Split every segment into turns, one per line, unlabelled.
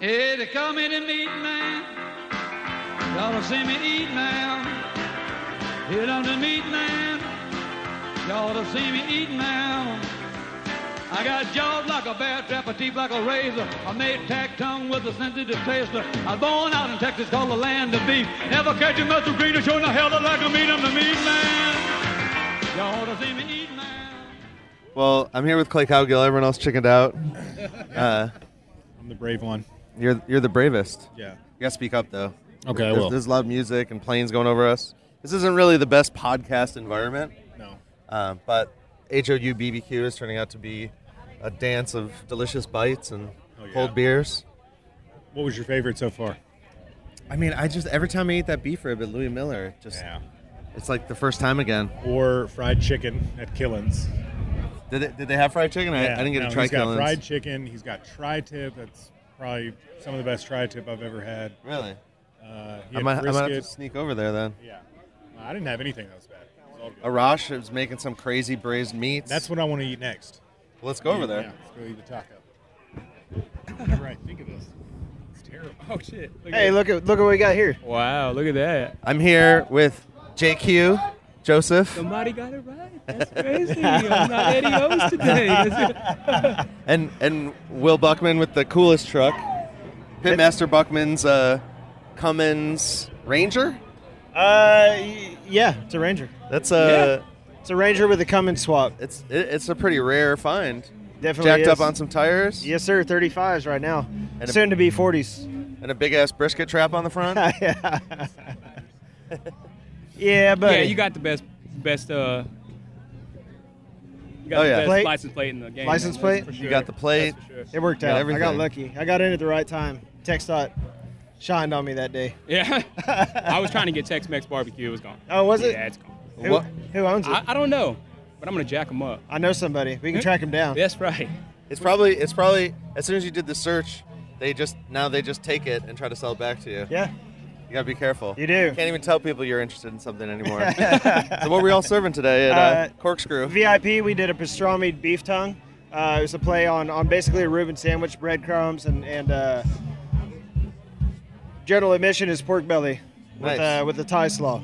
Hey, they call me the meat man. Y'all don't see me eat now. Hit on the meat man. Y'all don't see me eat now. I got jaws like a bear trap, a teeth like a razor. I made tack tongue with a sensitive taster. I was born out in Texas, called the land of beef. Never catch a muscle greener, showing the hell like a meat. I'm the meat man. Y'all don't see me eat now.
Well, I'm here with Clay Cowgill. Everyone else chickened out. Uh,
I'm the brave one.
you're you're the bravest.
Yeah.
You gotta speak up though.
Okay, I
there's,
will.
There's loud music and planes going over us. This isn't really the best podcast environment,
No.
uh, but HOU BBQ is turning out to be a dance of delicious bites and
Oh, yeah.
cold beers.
What was your favorite so far?
I mean, I just every time I eat that beef rib at Louis Miller, it just it's like the first time again.
Or fried chicken at Killins.
Did it, did they have fried chicken? I, I didn't get
no,
to try
He's got
Killin's.
fried chicken. He's got tri-tip. That's probably some of the best tri-tip I've ever had.
Really?
Uh,
I
he had
might, I might have to
brisket.
sneak over there then.
Yeah. Well, I didn't have anything that was bad. It was all good.
Arash is making some crazy braised meats.
That's what I want to eat next.
Let's go over there.
Yeah, let's go eat the taco. Whenever I think of this, it's terrible.
Oh shit! Look
Hey,
at
look at look at what we got here.
Wow! Look at that.
I'm here with JQ, Joseph,
Somebody got it right. That's crazy. I'm not Eddie O's today. That's-
and and Will Buckman with the coolest truck, Pitmaster Buckman's uh, Cummins Ranger.
Uh, y- yeah, it's a Ranger.
That's a
It's a Ranger with a Cummins swap.
it's it, it's a pretty rare find.
Definitely
Jacked up
is.
on some tires
Yes, sir. 35s right now.
And a-
Soon to be 40s.
and a big ass brisket trap on the front.
yeah, but
yeah, you got the best, best. Uh, you got
Oh,
the
yeah.
best
Plate?
license plate in the game.
License
man.
plate?
That's for
You got the plate.
That's for sure.
it worked
got
out. I got
everything.
lucky. I got in at the right time. Texdot shined on me that day.
Yeah. I was trying to get Tex-Mex barbecue. It was gone.
Oh, was it?
Yeah, it's gone.
Who,
What-
who owns it?
I,
I,
I don't know, but I'm gonna jack them up. Hmm?
know somebody. We can track him down.
That's right.
It's probably it's probably as soon as you did the search, they just now they just take it and try to sell it back to you.
Yeah.
You gotta be careful.
You do.
Can't even tell people you're interested in something anymore. so what were y'all serving today at uh,
Uh,
Corkscrew?
VIP, we did a pastrami beef tongue. Uh, it was a play on, on basically a Reuben sandwich, breadcrumbs, and and uh, general admission is pork belly with
Nice.
uh, with the Thai slaw.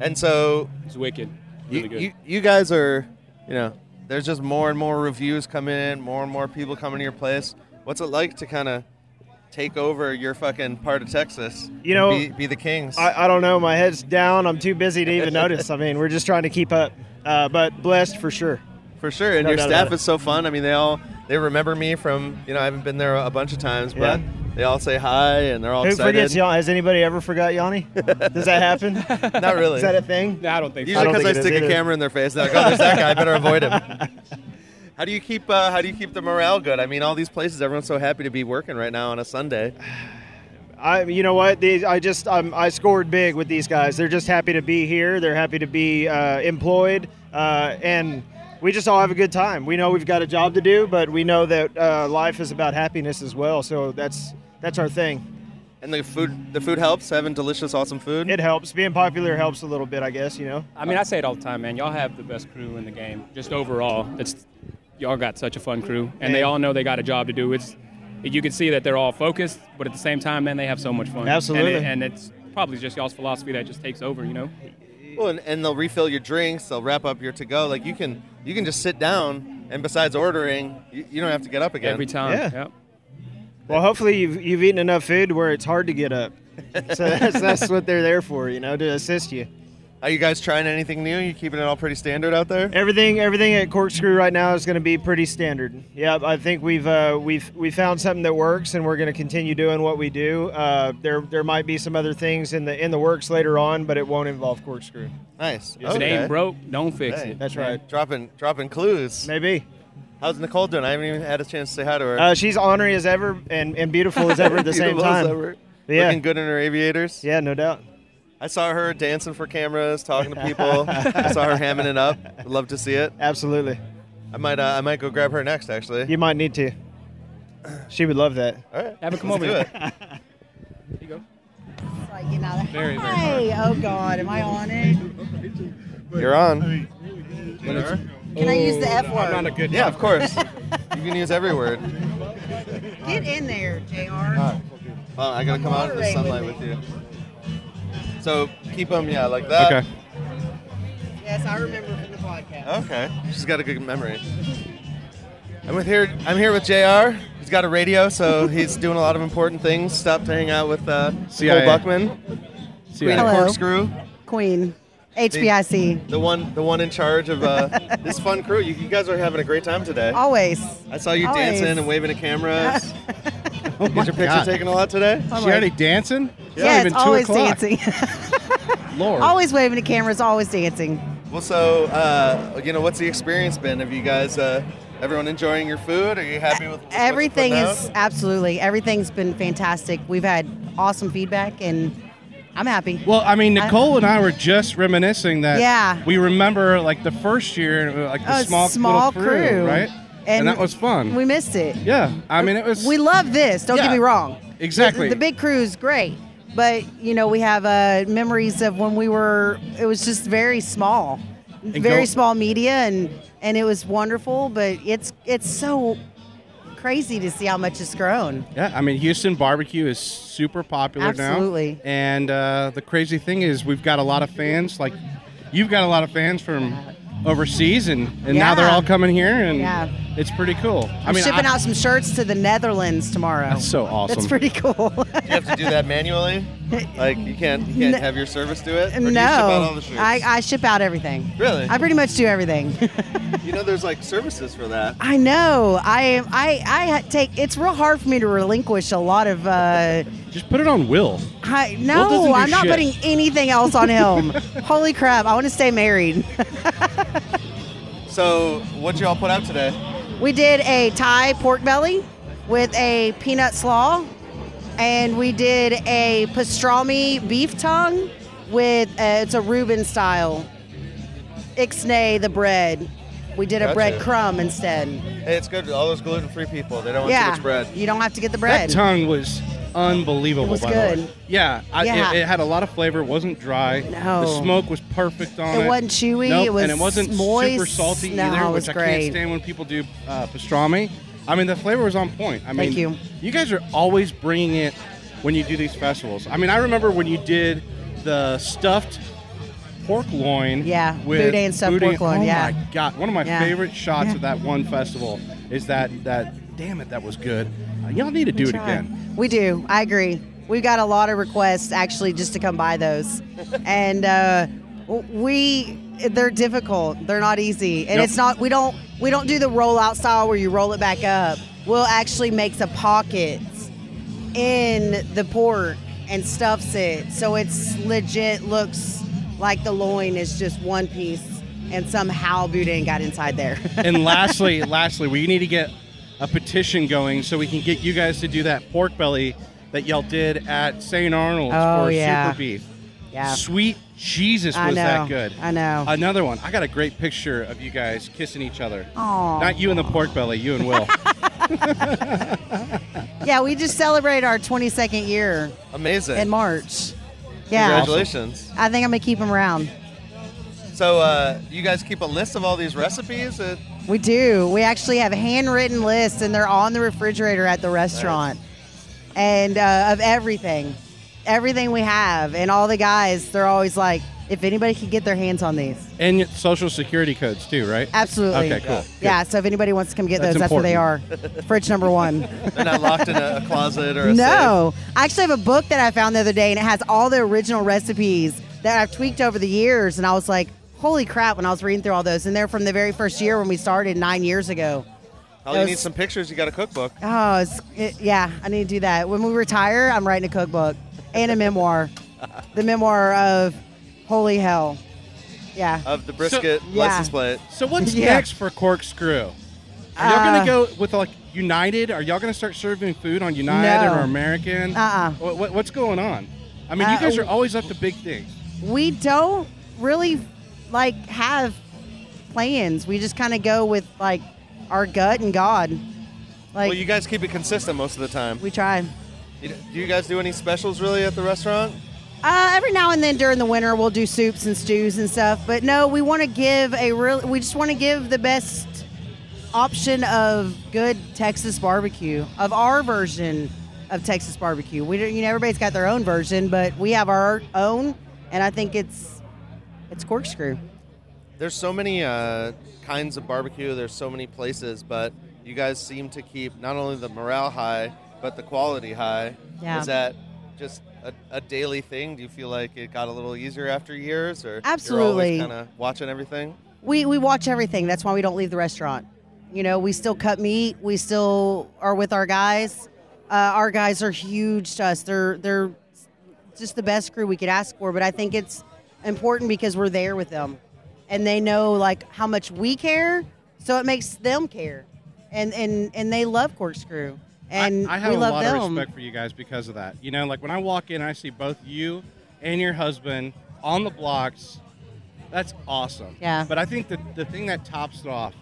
and so
It's wicked.
you,
Really good.
you you guys are you know there's just more and more reviews coming in, more and more people coming to your place. What's it like to kind of take over your fucking part of Texas?
You know,
be, be the kings.
I, I don't know. My head's down. I'm too busy to even notice. I mean, we're just trying to keep up. Uh, but blessed for sure.
For sure, and
No
your
doubt
staff
about it.
is so fun. I mean, they all they remember me from you know I haven't been there a bunch of times, but
Yeah.
they all say hi and they're all
Who
excited.
forgets Yanni? Has anybody ever forgot Yanni? Does that happen?
Not really.
Is that a thing?
no, I don't think so.
Usually
don't
because I,
think it is
stick a
either.
camera in their face, they're like, "Oh, there's that guy. I better avoid him." How do you keep uh, How do you keep the morale good? I mean, all these places, everyone's so happy to be working right now on a Sunday.
I, you know what? These, I just, um, I scored big with these guys. They're just happy to be here. They're happy to be uh, employed, uh, and we just all have a good time. We know we've got a job to do, but we know that uh, life is about happiness as well. So that's that's our thing.
And the food, the food helps. Having delicious, awesome food.
It helps. Being popular helps a little bit, I guess. You know.
I mean, I say it all the time, man. Y'all have the best crew in the game, just overall. It's y'all got such a fun crew, and they all know they got a job to do. It's you can see that they're all focused, but at the same time, man, they have so much fun.
Absolutely.
and, it- and it's probably just y'all's philosophy that just takes over, you know.
Well, and, and they'll refill your drinks. They'll wrap up your to-go. Like you can, you can just sit down, and besides ordering, you, you don't have to get up again.
Every time,
Yeah.
Yep.
Well, hopefully you've, you've eaten enough food where it's hard to get up. So that's, that's what they're there for, you know, to assist you.
Are you guys trying anything new? You keeping it all pretty standard out there?
Everything everything at Corkscrew right now is going to be pretty standard. Yeah, I think we've uh, we've we found something that works, and we're going to continue doing what we do. Uh, there there might be some other things in the in the works later on, but it won't involve Corkscrew.
Nice.
If it ain't broke, don't fix
Hey,
it.
That's right.
Dropping, dropping clues.
Maybe
How's Nicole doing? I haven't even had a chance to say hi to her.
uh, she's honorary as ever and, and beautiful as ever at the same
Beautiful as
time.
ever.
Yeah.
Looking good in her aviators.
Yeah, no doubt.
I saw her dancing for cameras, talking to people. I saw her hamming it up. I'd love to see it.
Absolutely.
I might, uh, I might go grab her next. Actually.
You might need to. She would love that.
All right.
Have her come
let's
over
do
here.
it.
There you go.
It's like, you know,
Very, very
hey, oh God, am I on it?
You're on.
Can I use the F
Oh, I'm not a
word?
good
Yeah, of course. you can use every word.
Get in there, JR.
Well, I gotta come out in the sunlight with you. So keep them, yeah, like that.
Okay.
Yes, I remember from the podcast.
Okay. She's got a good memory. I'm with here. I'm here with Jr. He's got a radio, so he's doing a lot of important things. Stopped to hang out with uh, Nicole
CIA.
Buckman, Queen of
Hello.
Corkscrew,
Queen. HBIC.
the one, the one in charge of uh, this fun crew. You, you guys are having a great time today.
Always.
I saw you
always.
dancing and waving at cameras.
Oh
Is your picture taken a lot today?
She already dancing? It's not
yeah,
even
it's
2
always
o'clock.
dancing.
Lord.
always waving to cameras, always dancing.
Well, so uh, you know, what's the experience been? Have you guys, uh, everyone, enjoying your food? Are you happy with what you're
Everything
putting
is
out?
absolutely, everything's been fantastic. We've had awesome feedback and I'm happy.
Well, I mean,
I-
Nicole and I were just reminiscing that
Yeah.
we remember like the first year, uh, like the
A
small,
small
little crew,
crew.
right?
And
that was fun.
We missed it.
yeah, I mean, it was
We love this, don't get
Yeah.
me wrong.
exactly
The, the big crew's great, but you know we have uh, memories of when we were. It was just very small, very
go-
small media, and and it was wonderful. But it's it's so crazy to see how much it's grown.
Yeah, I mean, Houston barbecue is super popular now.
Absolutely.
And uh, the crazy thing is, we've got a lot of fans. Like, you've got a lot of fans from overseas, and, and now they're
Yeah.
all coming here, and
Yeah.
it's pretty cool.
I'm
mean,
shipping
I-
out some shirts to the Netherlands tomorrow.
That's so awesome.
That's pretty cool.
You have to do that manually. Like you can't, you can't
N-
have your service do it. Or do
no,
you ship out all the shirts?
I, I ship out everything.
Really?
I pretty much do everything.
you know, there's like services for that.
I know. I am. I I ha- take. It's real hard for me to relinquish a lot of. Uh,
Just put it on Will.
I,
doesn't do
no, I'm not
shit.
putting anything else on him. Holy crap! I want to stay married.
So what y'all put out today?
we did a Thai pork belly with a peanut slaw, and we did a pastrami beef tongue with uh it's a Reuben style ixnay the bread. We did a
Gotcha.
bread crumb instead.
Hey, it's good. All those gluten-free people, they don't want too
yeah,
much bread.
you don't have to get the bread.
That tongue was unbelievable.
It was
by the way.
good.
Yeah, I,
Yeah.
It, it had a lot of flavor. It wasn't dry.
No.
The smoke was perfect on it.
It wasn't chewy,
Nope,
it
and it
was
wasn't super
moist.
salty
No,
either,
it
which
was
I
great.
can't stand when people do uh, pastrami. I mean, the flavor was on point. I mean,
Thank you.
guys are always bringing it when you do these festivals. I mean, I remember when you did the stuffed pork loin.
Yeah,
with
boudin and stuffed
boudin-
pork loin,
Oh
yeah.
my god, one of my
Yeah.
favorite shots
Yeah.
of that one festival is that that. Damn it, that was good. Uh, y'all need to do it
Try.
again.
We do. I agree. We got a lot of requests actually just to come by those, and uh, w- we they're difficult. They're not easy, and
Yep.
it's not. We don't we don't do the rollout style where you roll it back up. Will actually makes a pocket in the pork and stuffs it, so it's legit. Looks like the loin is just one piece, and somehow boudin got inside there.
and lastly, lastly, we need to get a petition going so we can get you guys to do that pork belly that y'all did at St. Arnold's
Oh,
for
yeah.
Super Beef.
yeah,
Sweet Jesus,
I
was
know.
that good?
I know.
Another one. I got a great picture of you guys kissing each other.
Aw.
Not you and the pork belly, you and Will.
yeah. We just celebrated our 22nd year.
Amazing.
in March. Yeah,
Congratulations.
I think I'm gonna keep him around.
So uh, you guys keep a list of all these recipes? Uh,
We do. We actually have handwritten lists, and they're on the refrigerator at the restaurant, and uh, of everything, everything we have, and all the guys. They're always like, if anybody could get their hands on these,
and your social security codes too, right?
absolutely.
Okay, cool.
Yeah. So if anybody wants to come get
That's
those, that's where they are. Fridge number one.
they're not locked in a, a closet or a safe.
No, I actually have a book that I found the other day, and it has all the original recipes that I've tweaked over the years. And I was like, "Holy crap!" When I was reading through all those, and they're from the very first year when we started nine years ago.
All oh, you
Those-
need some pictures. You got a cookbook.
Oh, it's, it, yeah, I need to do that. When we retire, I'm writing a cookbook and a memoir, the memoir of holy hell. Yeah,
Of the brisket
yeah.
license plate.
So what's
Yeah.
next for Corkscrew? Are y'all gonna
Uh,
go with like United? Are y'all gonna start serving food on United
No.
or American?
Uh-uh.
What, what, what's going on? I mean,
Uh,
you guys are always up to big things.
we don't really like have plans. We just kind of go with like our gut and God. Like
well, you guys keep it consistent most of the time.
we try.
You- Do you guys do any specials really at the restaurant?
Uh, every now and then during the winter, we'll do soups and stews and stuff. But no, we want to give a real. We just want to give the best option of good Texas barbecue, of our version of Texas barbecue. We don't, you know, everybody's got their own version, but we have our own, and I think it's it's corkscrew.
There's so many uh, kinds of barbecue. There's so many places, but you guys seem to keep not only the morale high but the quality high.
Yeah.
Is that just a, a daily thing? Do you feel like it got a little easier after years, or
Absolutely.
kind of watching everything?
We we watch everything. That's why we don't leave the restaurant. You know, we still cut meat. We still are with our guys. Uh, our guys are huge to us. They're they're just the best crew we could ask for. But I think it's important because we're there with them, and they know like how much we care. So it makes them care, and and and they love corkscrew, and
I, I have
we
a
love
lot
them.
of respect for you guys because of that. You know, like when I walk in, I see both you and your husband on the blocks. That's awesome.
Yeah.
But I think that the thing that tops it off,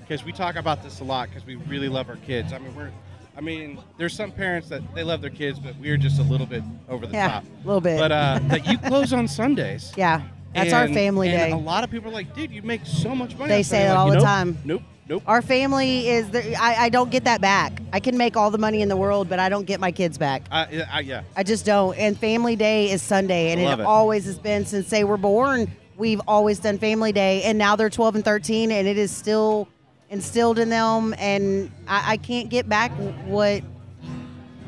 because we talk about this a lot, because we really love our kids. I mean, we're, I mean, there's some parents that they love their kids, but we're just a little bit over the
Yeah,
top.
a little bit.
But uh, that you close on Sundays.
yeah, that's our
And-
family
and
day.
A lot of people are like, dude, you make so much money.
They
on
say
Sunday."
it
I'm
all
like,
the
"Nope,
time.
Nope, nope.
Our family is the, I, I don't get that back. I can make all the money in the world, but I don't get my kids back.
I, I, yeah.
I just don't. And family day is Sunday, and
Love
it,
it.
always has been since they were born. We've always done family day, and now they're 12 and 13, and it is still instilled in them. And I, I can't get back what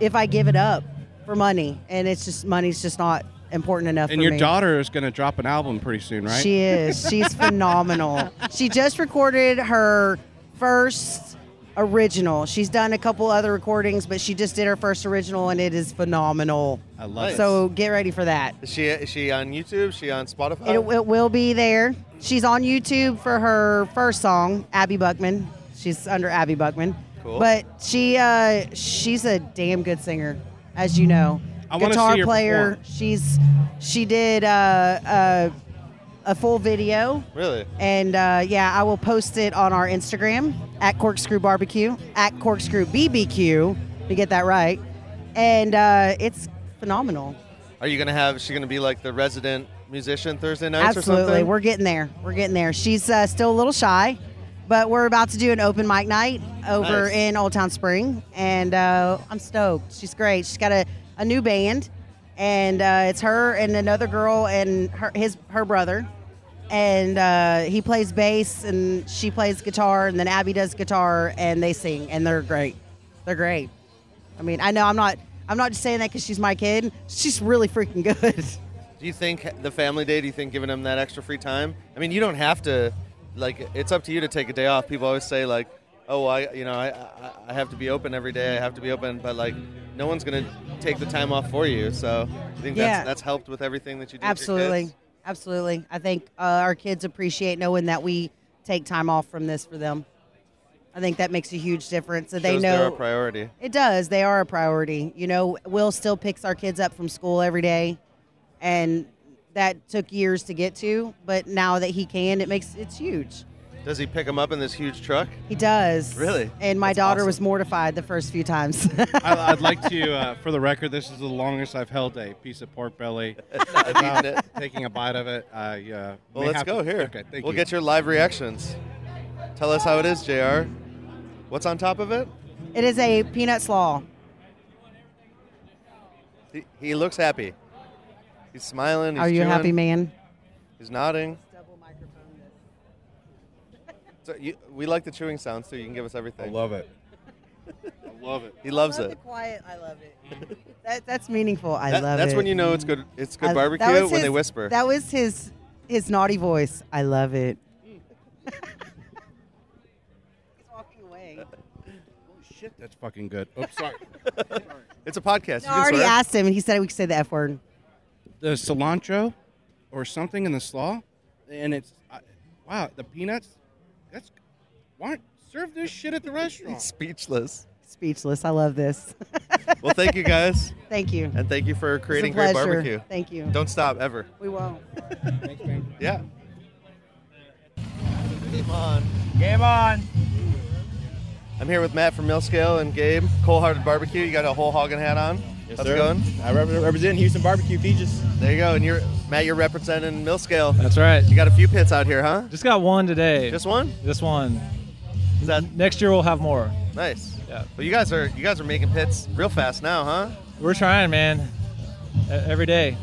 if I give it up for money, and it's just money's just not important enough.
And
for
your
me.
daughter is going to drop an album pretty soon, right?
She is. She's phenomenal. She just recorded her first original. She's done a couple other recordings, but she just did her first original and it is phenomenal.
I love it.
So get ready for that.
Is she is she on YouTube? Is she on Spotify?
It, it will be there. She's on YouTube for her first song, Abby Buckman. She's under Abby Buckman.
Cool.
But she uh, she's a damn good singer, as you know.
I wanna
Guitar
see her
player.
perform.
She's she did uh, uh, a full video
really?
and uh, yeah, I will post it on our Instagram at Corkscrew Barbecue, at Corkscrew BBQ, to get that right. And uh, it's phenomenal.
Are you gonna have? Is she gonna be like the resident musician Thursday nights or
Absolutely.
something?
We're getting there. We're getting there. She's uh, still a little shy, but we're about to do an open mic night over
Nice.
in Old Town Spring. And uh, I'm stoked. She's great. She's got a, a new band, and uh, it's her and another girl and her, his, her brother. And uh, he plays bass, and she plays guitar, and then Abby does guitar, and they sing, and they're great. They're great. I mean, I know I'm not. I'm not just saying that because she's my kid. She's really freaking good.
Do you think the family day? Do you think giving them that extra free time? I mean, you don't have to. Like, it's up to you to take a day off. People always say like, "Oh, I, you know, I, I, I have to be open every day. I have to be open." But like, no one's gonna take the time off for you. So I think that's
Yeah.
that's helped with everything that you do. with your
Absolutely.
kids?
Absolutely. I think uh, our kids appreciate knowing that we take time off from this for them. I think that makes a huge difference. That they
Shows they're a
know
priority.
it does. They are a priority. You know, Will still picks our kids up from school every day, and that took years to get to. But now that he can, it makes it's huge.
Does he pick them up in this huge truck?
He does.
Really?
And my
That's
daughter
awesome.
was mortified the first few times.
I, I'd like to, uh, for the record, this is the longest I've held a piece of pork belly without
eaten it.
taking a bite of it. I, uh,
Well,
may
let's
have
go
to-
here.
Okay, thank
we'll
you.
get your live reactions. Tell us how it is, Jr. What's on top of it?
it is a peanut slaw.
He, he looks happy. He's smiling. He's
are you a
chewing,
happy man?
He's nodding. So you, we like the chewing sounds too. You can give us everything.
it.
I love it.
he loves
I love the
it.
quiet. I love it. that, that's meaningful. I
That-
love it.
that's when you know it's good. It's good
I- that
barbecue
was
when
his-
they whisper.
That was his his naughty voice. I love it. He's walking away.
Shit, that's fucking good. Oops, sorry.
it's a podcast.
No,
you
I
can
already
swear.
asked him, and he said we could say the f word.
the cilantro or something in the slaw, and it's I, wow. The peanuts. That's why serve this shit at the
He's
restaurant.
speechless.
Speechless. I love this.
Well, thank you guys,
Thank you.
and thank you for creating
it's a
great
pleasure.
barbecue.
Thank you.
Don't stop ever.
We won't.
Yeah. Game on.
Game on.
I'm here with Matt from Millscale and Gabe, Cold Hearted Barbecue. You got a whole hogging hat on. How's it going?
I rep- represent Houston Barbecue Peaches.
There you go. And you're Matt. You're representing Millscale.
That's right.
You got a few pits out here, huh?
Just got one today.
Just one?
this one.
Is that
Next year we'll have more.
nice?
Yeah.
Well, you guys are you guys are making pits real fast now, huh?
We're trying, man. E- Every day.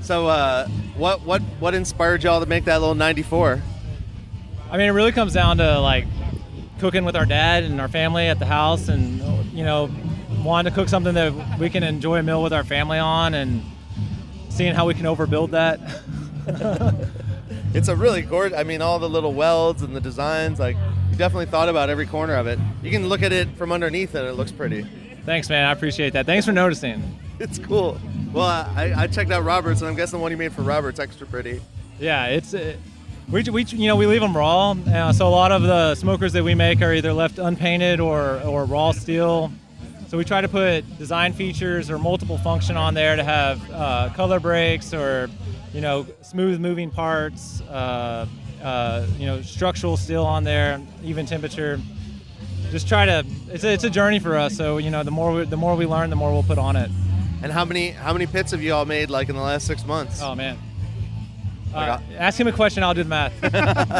So, uh, what what what inspired y'all to make that little '94?
I mean, it really comes down to like cooking with our dad and our family at the house, and you know, wanting to cook something that we can enjoy a meal with our family on, and seeing how we can overbuild that.
It's a really gorgeous. I mean, all the little welds and the designs, like you definitely thought about every corner of it. You can look at it from underneath, and it looks pretty.
Thanks, man. I appreciate that. Thanks for noticing.
It's cool. Well, I, I checked out Roberts, and I'm guessing the one you made for Roberts extra pretty.
Yeah, it's uh, we we you know we leave them raw, uh, so a lot of the smokers that we make are either left unpainted or or raw steel. So we try to put design features or multiple function on there to have uh, color breaks or you know smooth moving parts, uh, uh, you know structural steel on there, even temperature. Just try to it's a, it's a journey for us. So you know the more we, the more we learn, the more we'll put on it.
And how many how many pits have you all made like in the last six months?
Oh man.
I
Uh,
got-
ask him a question, I'll do the math.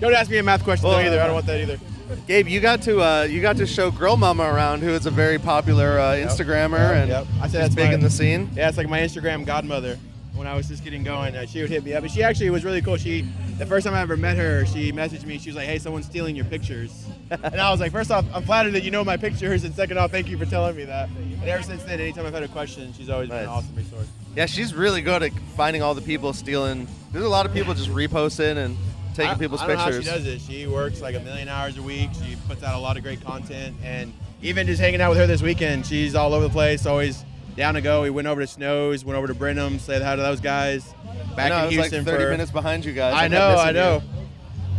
Don't ask me a math question
Well, uh,
though, either. I don't want that either.
Gabe, you got to uh, you got to show Grill Mama around, who is a very popular uh, Instagrammer and
Yep. I
she's
said that's
big
my-
in the scene.
Yeah, it's like my Instagram godmother. When I was just getting going, uh, she would hit me up. And she actually was really cool. She, the first time I ever met her, she messaged me. She was like, "Hey, someone's stealing your pictures," and I was like, first off, I'm flattered that you know my pictures, and second off, thank you for telling me that." And ever since then, anytime I've had a question, she's always been
Nice.
an awesome resource.
Yeah, she's really good at finding all the people stealing. There's a lot of people just reposting and taking
I-
people's
I don't
pictures.
Know how she does it. She works like a million hours a week. She puts out a lot of great content, and even just hanging out with her this weekend, she's all over the place. Always down to go. We went over to Snows, went over to Brenham, said hi to those guys.
I
Back
know, I
in
was
Houston
like 30
for
minutes behind you guys.
I
kept
know,
missing
I know.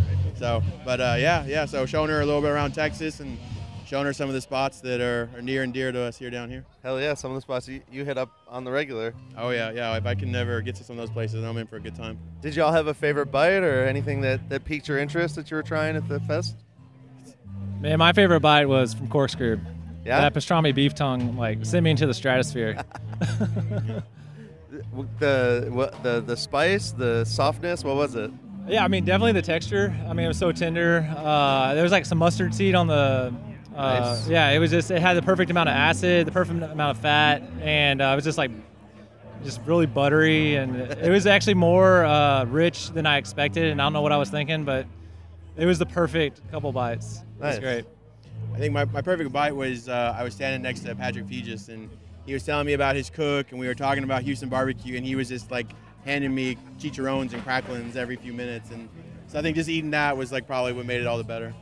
you.
So, but uh, yeah, yeah. So showing her a little bit around Texas and showing her some of the spots that are, are near and dear to us here down here.
Hell yeah, some of the spots you, you hit up on the regular.
Oh yeah, yeah. If I can never get to some of those places, then I'm in for a good time.
Did y'all have a favorite bite or anything that, that piqued your interest that you were trying at the fest?
Man, my favorite bite was from Corkscrew.
Yeah?
That pastrami beef tongue, like, sent me into the stratosphere.
W- The what, the the spice, the softness, what was it?
yeah, I mean, definitely the texture. I mean, it was so tender. Uh, there was like some mustard seed on the. Uh,
Nice.
Yeah, it was just, it had the perfect amount of acid, the perfect amount of fat, and uh, it was just like, just really buttery. And it was actually more uh, rich than I expected. And I don't know what I was thinking, but it was the perfect couple bites. It was
Nice.
great.
I think my, my perfect bite was uh, I was standing next to Patrick Fugis and he was telling me about his cook and we were talking about Houston barbecue and he was just like handing me chicharrones and cracklings every few minutes and so I think just eating that was like probably what made it all the better.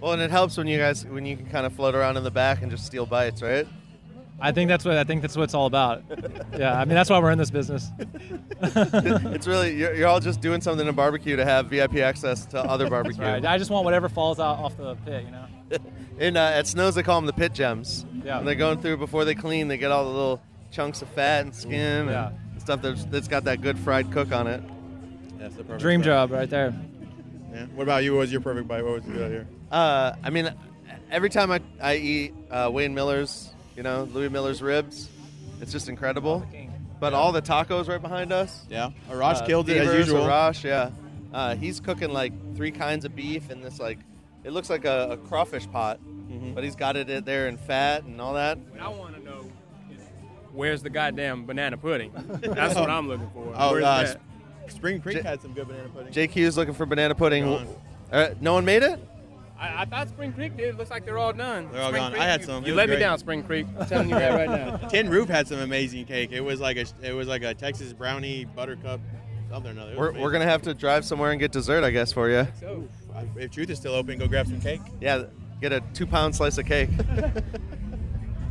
Well, and it helps when you guys when you can kind of float around in the back and just steal bites, right?
I think that's what I think that's what it's all about. yeah, I mean that's why we're in this business.
it's really you're, you're all just doing something in barbecue to have VIP access to other barbecue.
Right. I just want whatever falls out off the pit, you know.
And uh, at Snows, they call them the pit gems.
Yeah.
When they're going through before they clean, they get all the little chunks of fat and skin
Yeah.
and stuff that's, that's got that good fried cook on it.
That's the perfect
Dream
bite.
job right there.
Yeah. What about you? What was your perfect bite? What was you out here?
Uh, I mean, every time I, I eat uh, Wayne Miller's, you know, Louis Miller's ribs, it's just incredible. But all the tacos right behind us.
Yeah. Arash
Uh,
killed it as
Devers,
usual.
Arash, yeah. Uh, he's cooking like three kinds of beef in this like, it looks like a, a crawfish pot,
Mm-hmm.
but he's got it in there in fat and all that.
What I want to know is where's the goddamn banana pudding? That's what I'm looking for.
Oh,
where's
uh,
that?
Spring Creek
J-
had some good banana pudding.
JQ is looking for banana pudding.
Gone.
Uh, no one made it.
I, I thought Spring Creek did. looks like they're all done.
They're all
Spring
gone.
Creek,
I had
you-
some. It
You
was
let me
great.
down, Spring Creek. I'm telling you that right now.
Tin Roof had some amazing cake. It was like a it was like a Texas brownie buttercup something or another. It was
We're,
amazing.
we're gonna have to drive somewhere and get dessert, I guess, for you.
So,
if Truth is still open, go grab some cake.
Yeah, get a two-pound slice of cake.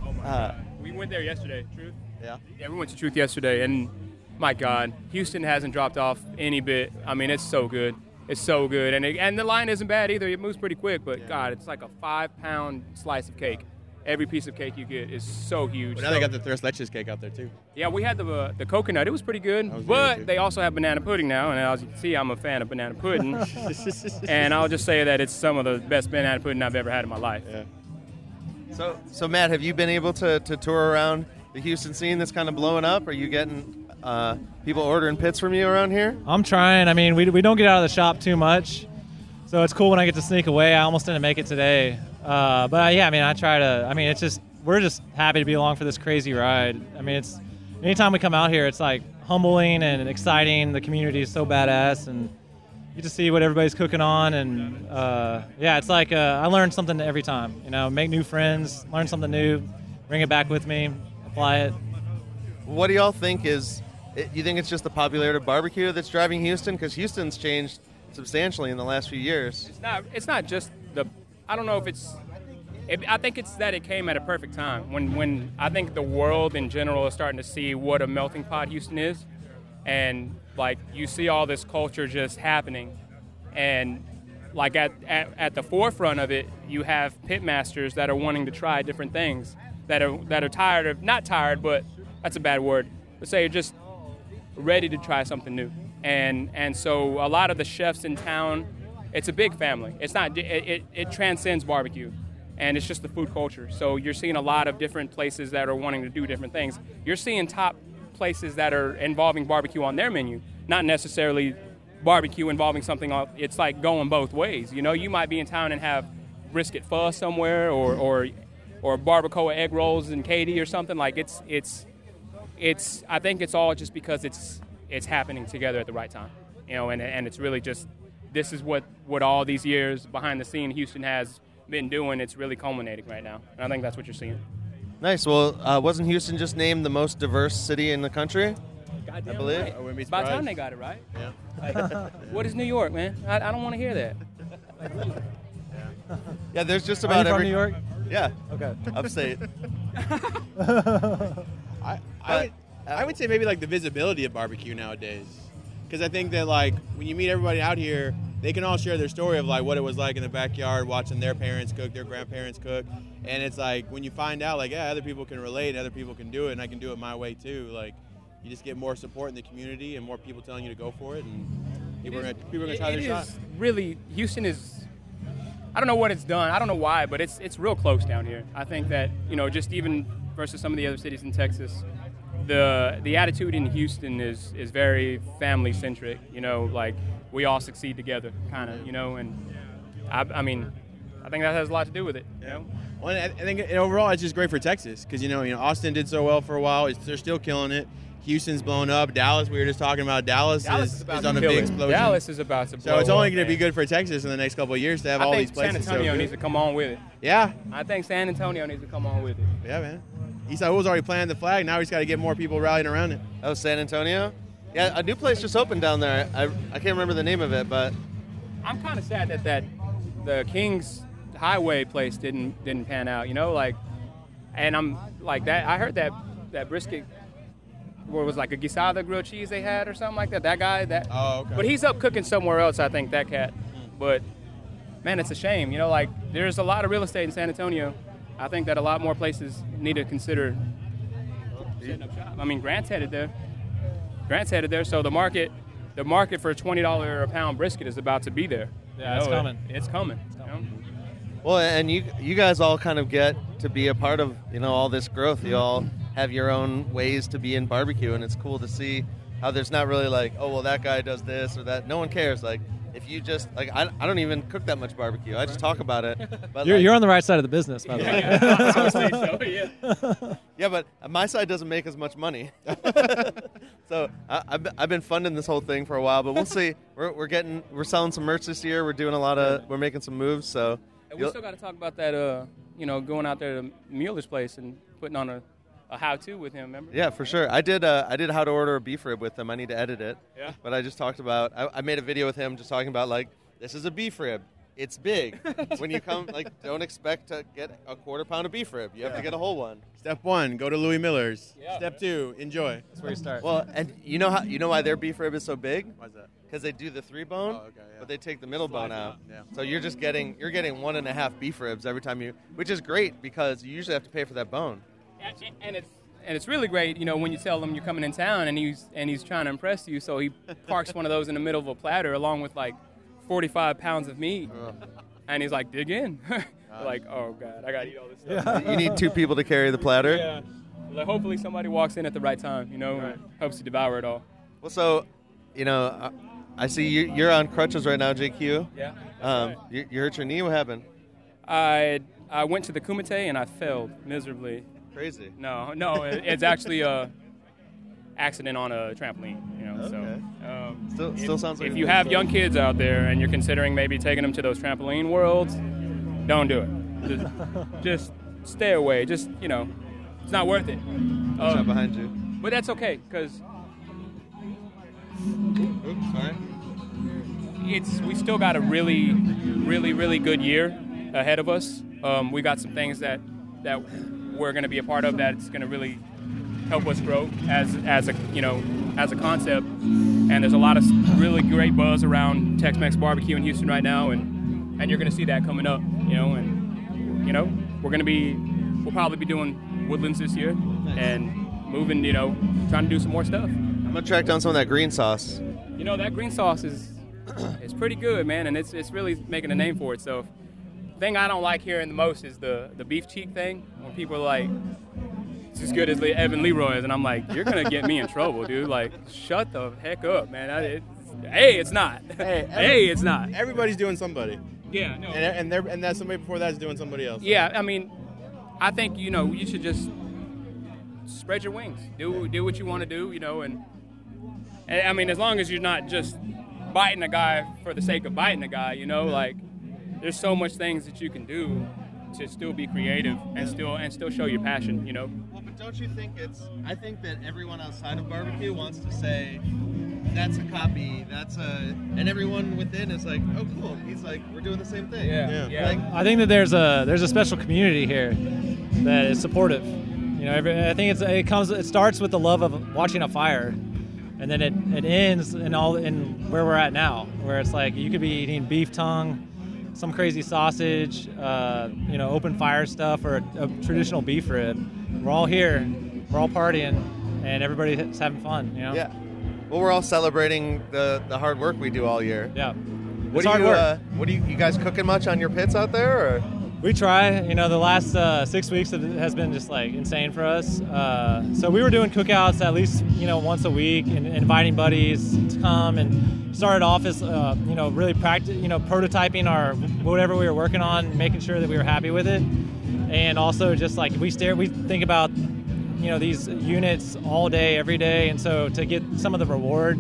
oh my
Uh,
God. We went there yesterday. Truth.
Yeah.
Yeah, we went to Truth yesterday, and my God, Houston hasn't dropped off any bit. I mean, it's so good. It's so good, and it, and the line isn't bad either. It moves pretty quick, but God, it's like a five pound slice of cake. Every piece of cake you get is so huge.
But now
so-
they got the Thrust Leches cake out there too.
yeah, we had the uh, the coconut. It was pretty good,
That was good,
but
too.
they also have banana pudding now, and as you can see, I'm a fan of banana pudding. and I'll just say that it's some of the best banana pudding I've ever had in my life.
Yeah.
So, so Matt, have you been able to, to tour around the Houston scene that's kind of blowing up? Are you getting uh, people ordering pits from you around here?
I'm trying. I mean, we, we don't get out of the shop too much. So it's cool when I get to sneak away. I almost didn't make it today, uh, but I, yeah, I mean, I try to. I mean, it's just we're just happy to be along for this crazy ride. I mean, it's anytime we come out here, it's like humbling and exciting. The community is so badass, and you just see what everybody's cooking on. And uh, yeah, it's like uh, I learn something every time. You know, make new friends, learn something new, bring it back with me, apply it.
What do y'all think is? it- You think it's just the popularity of barbecue that's driving Houston? Because Houston's changed substantially in the last few years.
It's not. It's not just the. I don't know if it's. It, I think it's that it came at a perfect time when when I think the world in general is starting to see what a melting pot Houston is, and like you see all this culture just happening, and like at at, at the forefront of it, you have pitmasters that are wanting to try different things that are that are tired of not tired, but that's a bad word. But say you're just ready to try something new. And and so a lot of the chefs in town, it's a big family. It's not it, it, it transcends barbecue, and it's just the food culture. So you're seeing a lot of different places that are wanting to do different things. You're seeing top places that are involving barbecue on their menu, not necessarily barbecue involving something. Off, it's like going both ways. You know, you might be in town and have brisket pho somewhere, or or or barbacoa egg rolls in Katy or something. Like it's it's it's I think it's all just because it's it's happening together at the right time, you know, and and it's really just this is what what all these years behind the scene Houston has been doing. It's really culminating right now, and I think that's what you're seeing.
Nice. Well, uh, wasn't Houston just named the most diverse city in the country?
Goddamn
I believe.
right.
I wouldn't be
By the time
surprised.
they got it right, yeah. what is New York, man? I, I don't want to hear that.
Yeah, there's just
Are you
about
from
every.
New York?
Yeah.
Okay.
Upstate.
I, I, would, I would say maybe like the visibility of barbecue nowadays. Because I think that like when you meet everybody out here, they can all share their story of like what it was like in the backyard watching their parents cook, their grandparents cook. And it's like when you find out like, yeah, other people can relate and other people can do it and I can do it my way too. Like you just get more support in the community and more people telling you to go for it. And people,
It
are,
is-
gonna, people are gonna
it-
try
it
their shot.
is Really, Houston is. I don't know what it's done. I don't know why, but it's it's real close down here. I think that you know, just even versus some of the other cities in Texas, the the attitude in Houston is is very family centric. You know, like we all succeed together, kind of. You know, and I, I mean, I think that has a lot to do with it. You know?
Well, and I I think overall it's just great for Texas because you know you know Austin did so well for a while. It's, they're still killing it. Houston's blown up. Dallas, we were just talking about. Dallas,
Dallas
is,
is about
is
to
on a
kill
big
it.
explosion.
Dallas is about to
So it's
blow
only
up,
going to be
man.
good for Texas in the next couple of years to have
I
all
think
these places.
San Antonio
so good.
needs to come on with it.
Yeah,
I think San Antonio needs to come on with it.
yeah, man. Esau was already planting the flag. Now he's got to get more people rallying around it.
Oh, San Antonio? Yeah, a new place just opened down there. I, I can't remember the name of it, but
I'm kind of sad that that the Kings Highway place didn't didn't pan out. You know, like, and I'm like that. I heard that that brisket, what was like a guisada grilled cheese they had or something like that. That guy, that.
Oh, okay. Hmm.
But he's up cooking somewhere else. I think that cat. But man, it's a shame. You know, like there's a lot of real estate in San Antonio. I think that a lot more places need to consider setting up shop. I mean, Grant's headed there. Grant's headed there, so the market, the market for twenty dollar a pound brisket is about to be there.
Yeah, it's
it-
coming.
it's coming. you know?
well, and you you guys all kind of get to be a part of you know all this growth. You all have your own ways to be in barbecue, and it's cool to see how there's not really like oh well that guy does this or that. No one cares. Like if you just like I, I don't even cook that much barbecue. I just talk about it. But
You're,
like-
you're on the right side of the business, by the way.
yeah, but my side doesn't make as much money. so I, I've, been- I've been funding this whole thing for a while, but we'll see. We're, we're getting we're selling some merch this year. We're doing a lot of we're making some moves. So
And we
you'll-
still got to talk about that. Uh, you know, going out there to Mueller's place and putting on a, a how to with him. Remember?
yeah, for sure. I did uh, I did how to order a beef rib with them. I need to edit it.
Yeah.
But I just talked about I, I made a video with him just talking about like this is a beef rib. It's big. when you come, like, don't expect to get a quarter pound of beef rib. You have to get a whole one.
Step one, go to Louis Miller's. Step two, enjoy.
That's where you start.
Well, and you know how you know why their beef rib is so big?
Why's that?
Because they do the three bone,
Oh, okay, yeah.
but they take the middle bone out.
yeah.
So you're just getting you're getting one and a half beef ribs every time you, which is great because you usually have to pay for that bone.
And, and it's and it's really great. You know, when you tell him you're coming in town and he's and he's trying to impress you, so he parks one of those in the middle of a platter along with like 45 pounds of meat, and he's like, dig in. like, oh god, I gotta eat all this stuff.
you need two people to carry the platter.
Yeah. Like, hopefully somebody walks in at the right time, you know, and helps you devour it all.
Well, so you know, I, I see you, you're on crutches right now, JQ.
Yeah,
Um, you, you hurt your knee. What happened?
I I went to the kumite and I failed miserably.
Crazy.
No, no, it, it's actually a accident on a trampoline. You know, so um,
Still-
if-
still sounds like
if
a
you
good
have
story.
young kids out there and you're considering maybe taking them to those trampoline worlds, don't do it. Just, just stay away. Just you know, it's not worth it.
Watch out
Um,
behind you.
but that's okay because
Oops, sorry.
it's we still got a really, really, really good year ahead of us. Um, we got some things that that we're going to be a part of that's going to really help us grow as as a you know as a concept. And there's a lot of really great buzz around Tex-Mex barbecue in Houston right now, and and you're going to see that coming up, you know. And you know we're going to be we'll probably be doing woodlands this year and moving, you know, trying to do some more stuff.
I'm gonna track down some of that green sauce.
You know that green sauce is it's pretty good, man, and it's it's really making a name for itself. Thing I don't like hearing the most is the the beef cheek thing when people are like it's as good as Le- Evan Leroy's, and I'm like, you're gonna get me in trouble, dude. Like, shut the heck up, man. I, it's, hey, it's not. Hey, it's not.
Everybody's doing somebody,
Yeah, no.
and and they're, and that somebody before that is doing somebody else.
Yeah, I mean, I think you know you should just spread your wings, do do what you want to do, you know, and, and I mean as long as you're not just biting a guy for the sake of biting a guy, you know, like there's so much things that you can do to still be creative and still and still show your passion, you know.
Well, but don't you think it's? I think that everyone outside of barbecue wants to say, "That's a copy. That's a," and everyone within is like, "Oh, cool. He's like, we're doing the same thing."
Yeah, yeah.
Like,
I think that there's a there's a special community here that is supportive. You know, every, I think it's it comes it starts with the love of watching a fire, and then it, it ends in all in where we're at now, where it's like you could be eating beef tongue, some crazy sausage, uh, you know, open fire stuff, or a, a traditional beef rib. We're all here, we're all partying, and everybody's having fun. You know,
yeah. Well, we're all celebrating the the hard work we do all year.
yeah.
What
It's
do
hard
you?
work.
Uh, what do you? You guys cooking much on your pits out there? Or?
We try. You know, the last uh, six weeks have- has been just like insane for us. Uh, so we were doing cookouts at least you know once a week and inviting buddies to come and started off as uh, you know really practice you know prototyping our whatever we were working on, making sure that we were happy with it, and also just like we stare we think about you know these units all day every day, and so to get some of the reward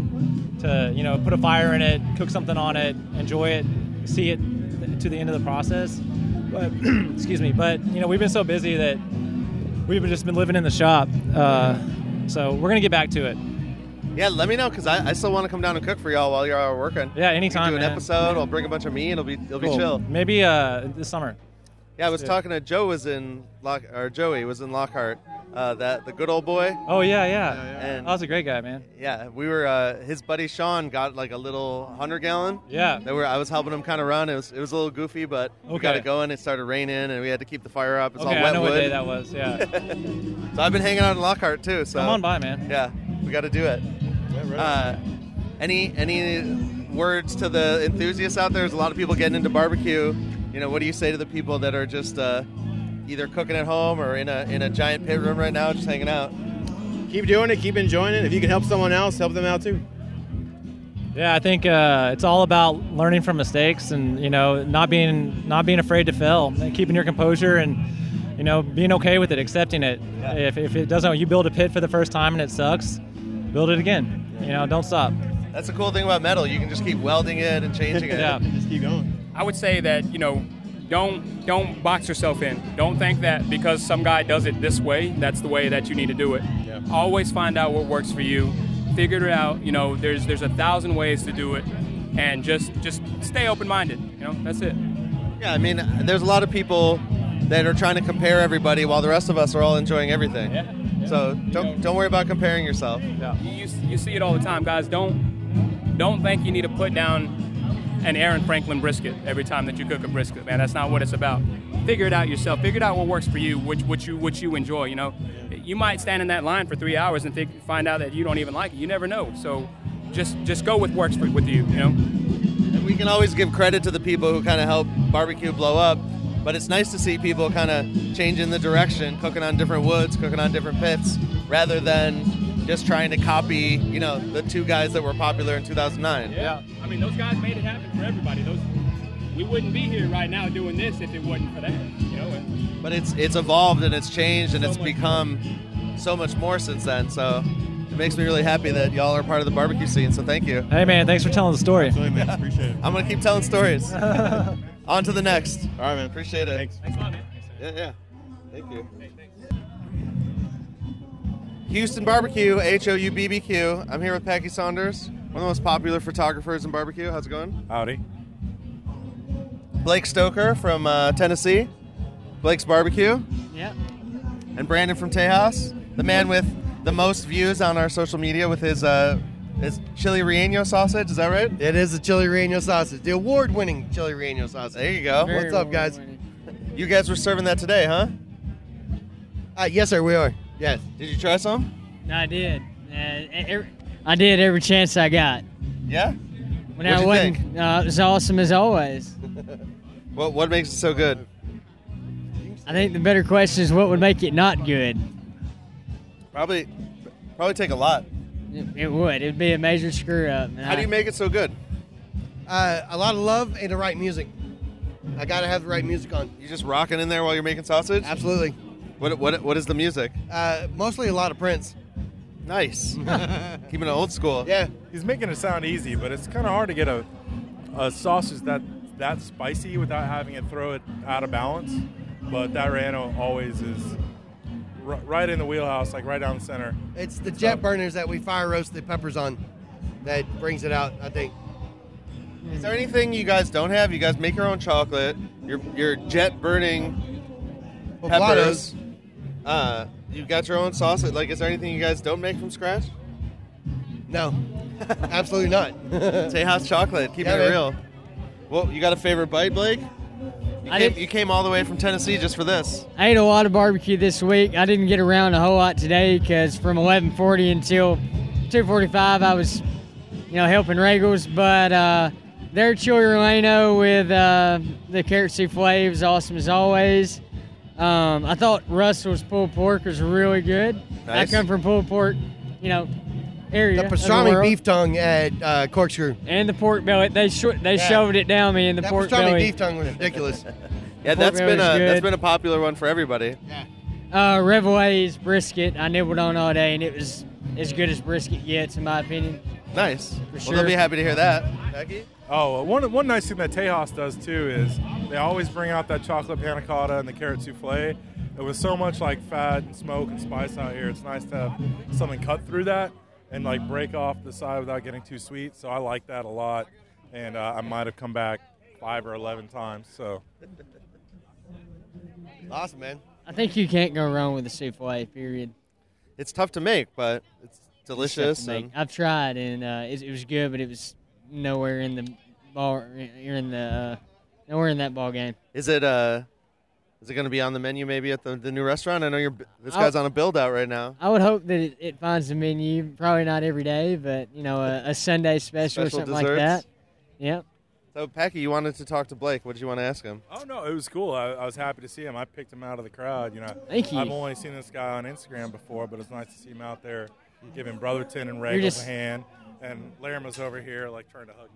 to you know put a fire in it, cook something on it, enjoy it, see it to the end of the process. But excuse me, but you know we've been so busy that we've just been living in the shop. Uh, so we're gonna get back to it.
Yeah, let me know because I, I still want to come down and cook for y'all while you're out working.
Yeah,
We can
anytime.
do an
man.
episode. I'll bring a bunch of meat. It'll be it'll
Cool.
be chill.
Maybe uh, this summer.
Yeah, I was
Yeah.
talking to Joe was in Lock or Joey was in Lockhart, uh, that the good old boy,
Oh yeah, yeah.
and
That was a great guy, man.
yeah, we were uh, his buddy Sean got like a little hundred gallon.
Yeah.
They were I was helping him kind of run. It was it was a little goofy, but we got
Okay.
it going. It started raining, and we had to keep the fire up. It's
okay,
all wet
I know
wood.
what day that was. Yeah.
So I've been hanging out in Lockhart too. So
Come on by, man.
yeah, we got to do it. Uh, any any words to the enthusiasts out there? There's a lot of people getting into barbecue. You know, what do you say to the people that are just uh, either cooking at home or in a in a giant pit room right now, just hanging out?
Keep doing it. Keep enjoying it. If you can help someone else, help them out too.
Yeah, I think uh, it's all about learning from mistakes and you know not being not being afraid to fail, and keeping your composure, and you know being okay with it, accepting it.
Yeah.
If, if it doesn't, you build a pit for the first time and it sucks, build it again. You know, don't stop.
That's the cool thing about metal. You can just keep welding it and changing it.
Yeah.
Just keep going.
I would say that you know, don't don't box yourself in. Don't think that because some guy does it this way, that's the way that you need to do it.
Yeah.
Always find out what works for you. Figure it out. You know, there's there's a thousand ways to do it, and just just stay open-minded. You know, that's it.
Yeah, I mean, there's a lot of people that are trying to compare everybody, while the rest of us are all enjoying everything.
Yeah,
So don't don't worry about comparing yourself.
You, you, you see it all the time, guys. Don't don't think you need to put down an Aaron Franklin brisket every time that you cook a brisket, man. That's not what it's about. Figure it out yourself. Figure it out what works for you, which what you what you enjoy. You know, you might stand in that line for three hours and think, find out that you don't even like it. You never know. So just just go with works for, with you. You know.
And we can always give credit to the people who kind of help barbecue blow up, but it's nice to see people kind of changing the direction, cooking on different woods, cooking on different pits, rather than just trying to copy, you know, the two guys that were popular in 2009.
Yeah. I mean, those guys made it happen for everybody. Those we wouldn't be here right now doing this if it wasn't for that. You know. And,
But it's it's evolved and it's changed and it's become so much more since then. So it makes me really happy that y'all are part of the barbecue scene. So thank you.
Hey man, thanks for telling the story.
Appreciate it. I'm gonna keep telling stories. On to the next. All right, man. Appreciate it. Thanks. Thanks a lot, man. Yeah, yeah. Thank you. Houston Barbecue, H O U B B Q. I'm here with Packy Saunders, one of the most popular photographers in barbecue. How's it going?
Howdy.
Blake Stoker from uh, Tennessee, Blake's Barbecue,
Yeah.
and Brandon from Tejas, the man with the most views on our social media with his uh, his chili relleno sausage. Is that right?
It is a chili relleno sausage, the award-winning chili relleno sausage.
There you go.
What's up, guys?
You guys were serving that today, huh?
Uh, yes, sir. We are. Yes.
Did you try some?
I did. Uh, every, I did every chance I got.
Yeah.
When
What'd
I
you
wasn't, uh, it was awesome as always.
What what makes it so good?
I think the better question is what would make it not good.
Probably probably take a lot.
It would. It'd be a major screw up.
How do you make it so good?
Uh, a lot of love and the right music. I gotta have the right music on.
You just rocking in there while you're making sausage?
Absolutely.
What what what is the music?
Uh, mostly a lot of Prince.
Nice. Keeping it old school.
Yeah.
He's making it sound easy, but it's kind of hard to get a, a sausage that that spicy without having it throw it out of balance. But that rano always is r- right in the wheelhouse, like right down the center.
It's the jet burners that we fire roast the peppers on that brings it out. I think.
Is there anything you guys don't have? You guys make your own chocolate. Your your jet burning peppers. Uh, you've got your own sausage. Like, is there anything you guys don't make from scratch?
No, absolutely not.
Tejas chocolate, keeping
Yeah,
it
man.
real. Well, you got a favorite bite, Blake? You
I
came, you came all the way from Tennessee just for this.
I ate a lot of barbecue this week. I didn't get around a whole lot today because from 11:40 until 2:45, I was, you know, helping Regals. But uh, their chili relleno with uh, the carrot souffle was awesome as always. Um, I thought Russell's pulled pork was really good.
Nice.
I come from pulled pork, you know, area.
The
of
pastrami
world.
beef tongue at uh, Corkscrew.
and the pork belly. They sh- they
Yeah.
shoved it down me in the
that
pork
pastrami
belly.
beef tongue was ridiculous.
Yeah,
Pork
that's been a
belly's
that's
good.
been a popular one for everybody. Yeah.
Uh, Reveille's brisket. I nibbled on all day, and it was as good as brisket gets, in my opinion.
Nice.
For
Well,
sure.
they'll be
happy to hear that.
Oh, one, one nice thing that Tejas does too is they always bring out that chocolate panna cotta and the carrot souffle. And with so much like fat and smoke and spice out here, it's nice to have something cut through that and like break off the side without getting too sweet. So I like that a lot. And uh, I might have come back five or 11 times. So
Awesome, man.
I think you can't go wrong with a souffle. Period.
It's tough to make, but it's
It's
delicious.
tough to make.
and-
I've tried, and uh, it, it was good, but it was nowhere in the bar. You're in the uh, nowhere in that ball game.
is it uh is it going to be on the menu maybe at the, the new restaurant? I know you're b- this
I'll-
guy's on a build out right now.
I would hope that it, it finds the menu. Probably not every day, but you know, a, a Sunday
Special
special, or something like
desserts.
that. Yep.
So Packy, you wanted to talk to Blake. What did you want to ask him?
Oh no, it was cool. I, I was happy to see him. I picked him out of the crowd. You know,
Thank you.
I've only seen this guy on Instagram before, but it's nice to see him out there giving Brotherton and
You're
Regals
just-
a hand. And Larimer's over here, like trying to hug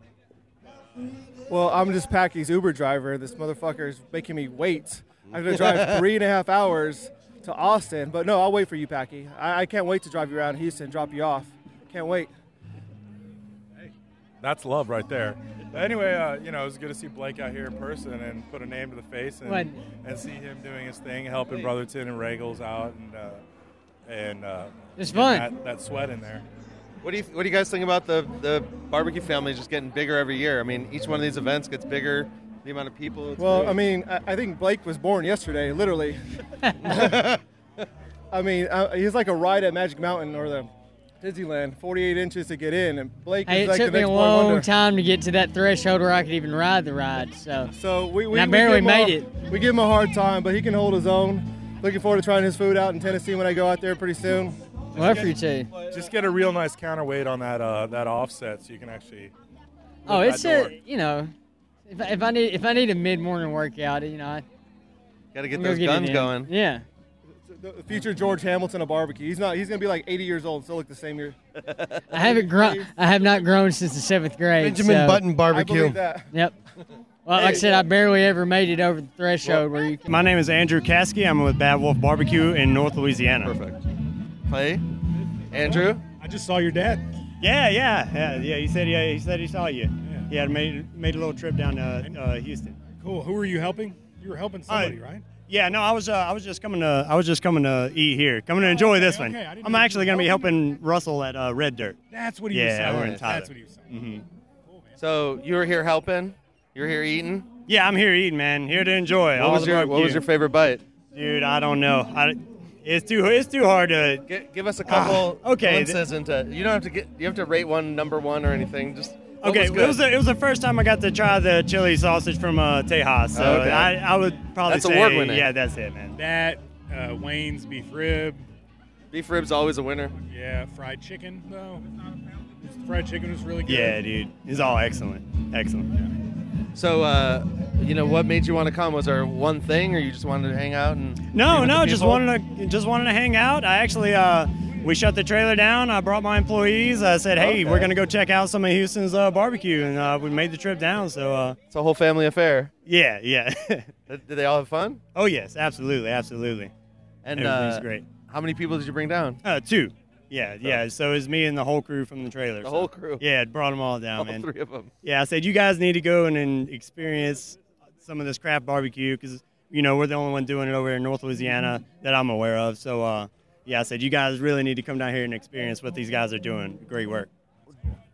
me.
Well, I'm just Packy's Uber driver. This motherfucker is making me wait. I have to drive three and a half hours to Austin. But no, I'll wait for you, Packy. I, I can't wait to drive you around Houston, drop you off. Can't wait.
That's love right there. But anyway, uh, you know, it was good to see Blake out here in person and put a name to the face and,
What?
and see him doing his thing, helping Brotherton and Regals out, and uh, and uh,
It's
getting
fun.
That, that sweat in there.
What do you What do you guys think about the the barbecue family just getting bigger every year? I mean, each one of these events gets bigger. The amount of people. it's
Well,
big.
I mean, I, I think Blake was born yesterday, literally. I mean, uh, he's like a ride at Magic Mountain or the Disneyland, 48 inches to get in, and Blake
Hey,
is
it
like the
took me
next
a
born
long
wonder.
time to get to that threshold where I could even ride the ride. So,
So we, we
And I
we
barely
give him a-
made it.
We give him a hard time, but he can hold his own. Looking forward to trying his food out in Tennessee when I go out there pretty soon.
Love for you too.
Just get a real nice counterweight on that uh, that offset, so you can actually.
Oh,
live
it's
outdoor.
a you know, if I, if I need if I need a mid morning workout, you know, I
Gotta get
I'm gonna
those
it
guns
in.
going.
Yeah,
the future George Hamilton of barbecue. He's not. He's gonna be like 80 years old, and still look the same year.
I haven't grown. I have not grown since the seventh grade.
Benjamin
so-
Button barbecue. I believe that.
Yep. Well, like I said, I barely ever made it over the threshold where you.
My name is Andrew Caskey. I'm with Bad Wolf Barbecue in North Louisiana. Perfect.
Clay, Andrew.
I just saw your dad. Yeah, yeah, yeah, yeah. He said yeah, he said he saw you. Yeah, he had made made a little trip down to uh, Houston.
Cool. Oh, Who were you helping? You were helping somebody,
Uh,
right?
Yeah, no, I was uh, I was just coming to I was just coming to eat here, coming to enjoy this one.
okay, I didn't
I'm
know you
actually
were
going to be helping Russell at uh, Red Dirt.
That's what he was
yeah,
saying.
we're in Tyler. Mm-hmm.
That's what he was saying.
So you were here helping. You were here eating.
Yeah, I'm here eating, man. Here to enjoy.
What
all
was
the
your- what
barbecue.
was your favorite bite?
Dude, I don't know. I, it's too it's too hard to
give us a couple
Ah, okay,
glimpses into. You don't have to get. You have to rate one number one or anything. Just what was
Okay, it was
good?
the, it was the first time I got to try the chili sausage from uh, Tejas, so
Okay.
I, I would probably
That's
say
award-winning.
yeah, that's it, man.
That uh, Wayne's beef rib.
Beef rib's always a winner.
Yeah, fried chicken though. Fried chicken was really good.
Yeah, dude, it's all excellent, excellent.
So, uh, you know, what made you want to come? Was there one thing, or you just wanted to hang out and? be
No,
with
no,
the
just
people?
wanted to just wanted to hang out. I actually uh, we shut the trailer down. I brought my employees. I said, hey,
Okay.
we're gonna go check out some of Houston's uh, barbecue, and uh, we made the trip down. So uh,
It's a whole family affair.
yeah, yeah.
Did they all have fun?
Oh yes, absolutely, absolutely.
And
Everything's
uh,
great.
How many people did you bring down? Oh.
Uh, two. Yeah, yeah. So it was me and the whole crew from the trailer.
The
so-
whole crew.
Yeah, it brought them all down,
All
man.
three of 'em.
Yeah, I said you guys need to go and, and experience some of this craft barbecue because you know we're the only one doing it over here in North Louisiana that I'm aware of. So uh, yeah, I said you guys really need to come down here and experience what these guys are doing. Great work.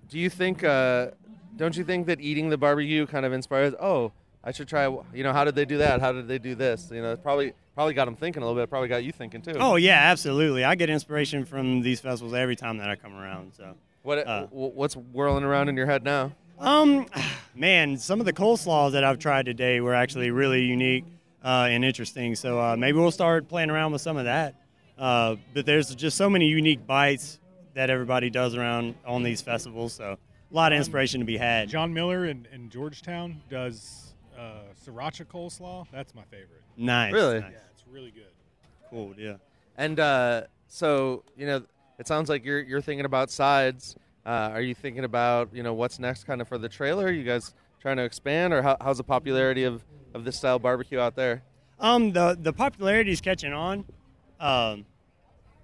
Do you think? Uh, don't you think that eating the barbecue kind of inspires? Oh, I should try. You know, how did they do that? How did they do this? You know, it probably probably got them thinking a little bit. Probably got you thinking too.
Oh yeah, absolutely. I get inspiration from these festivals every time that I come around. So
What
Uh.
w- what's whirling around in your head now?
Um, man, some of the coleslaws that I've tried today were actually really unique uh, and interesting. So uh, maybe we'll start playing around with some of that. Uh, but there's just so many unique bites that everybody does around on these festivals. So a lot of inspiration to be had.
John Miller in, in Georgetown does uh, sriracha coleslaw. That's my favorite.
Nice.
Really?
Yeah, it's really good.
Cool. Yeah.
And uh, so you know, it sounds like you're you're thinking about sides. Uh, are you thinking about you know what's next, kind of for the trailer? Are you guys trying to expand, or how, how's the popularity of of this style barbecue out there?
Um, the the popularity is catching on. Um,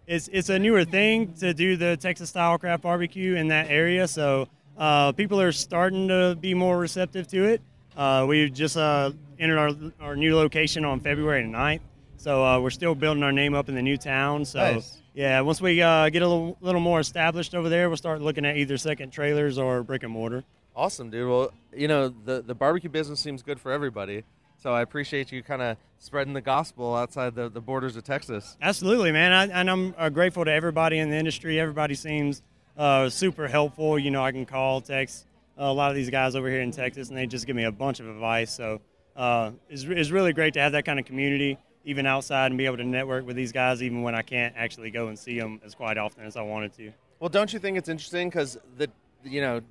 it's it's a newer thing to do the Texas style craft barbecue in that area, so uh, people are starting to be more receptive to it. Uh, we've just uh, entered our, our new location on February 9th, so uh, we're still building our name up in the new town. So
Nice.
yeah, once we uh, get a little, little more established over there, we'll start looking at either second trailers or brick and mortar.
Awesome, dude. Well, you know the the barbecue business seems good for everybody. So I appreciate you kind of spreading the gospel outside the, the borders of Texas.
Absolutely, man. I, and I'm uh, grateful to everybody in the industry. Everybody seems uh, super helpful. You know, I can call, text uh, a lot of these guys over here in Texas, and they just give me a bunch of advice. So uh, it's, re- it's really great to have that kind of community, even outside, and be able to network with these guys, even when I can't actually go and see them as quite often as I wanted to.
Well, don't you think it's interesting because the you know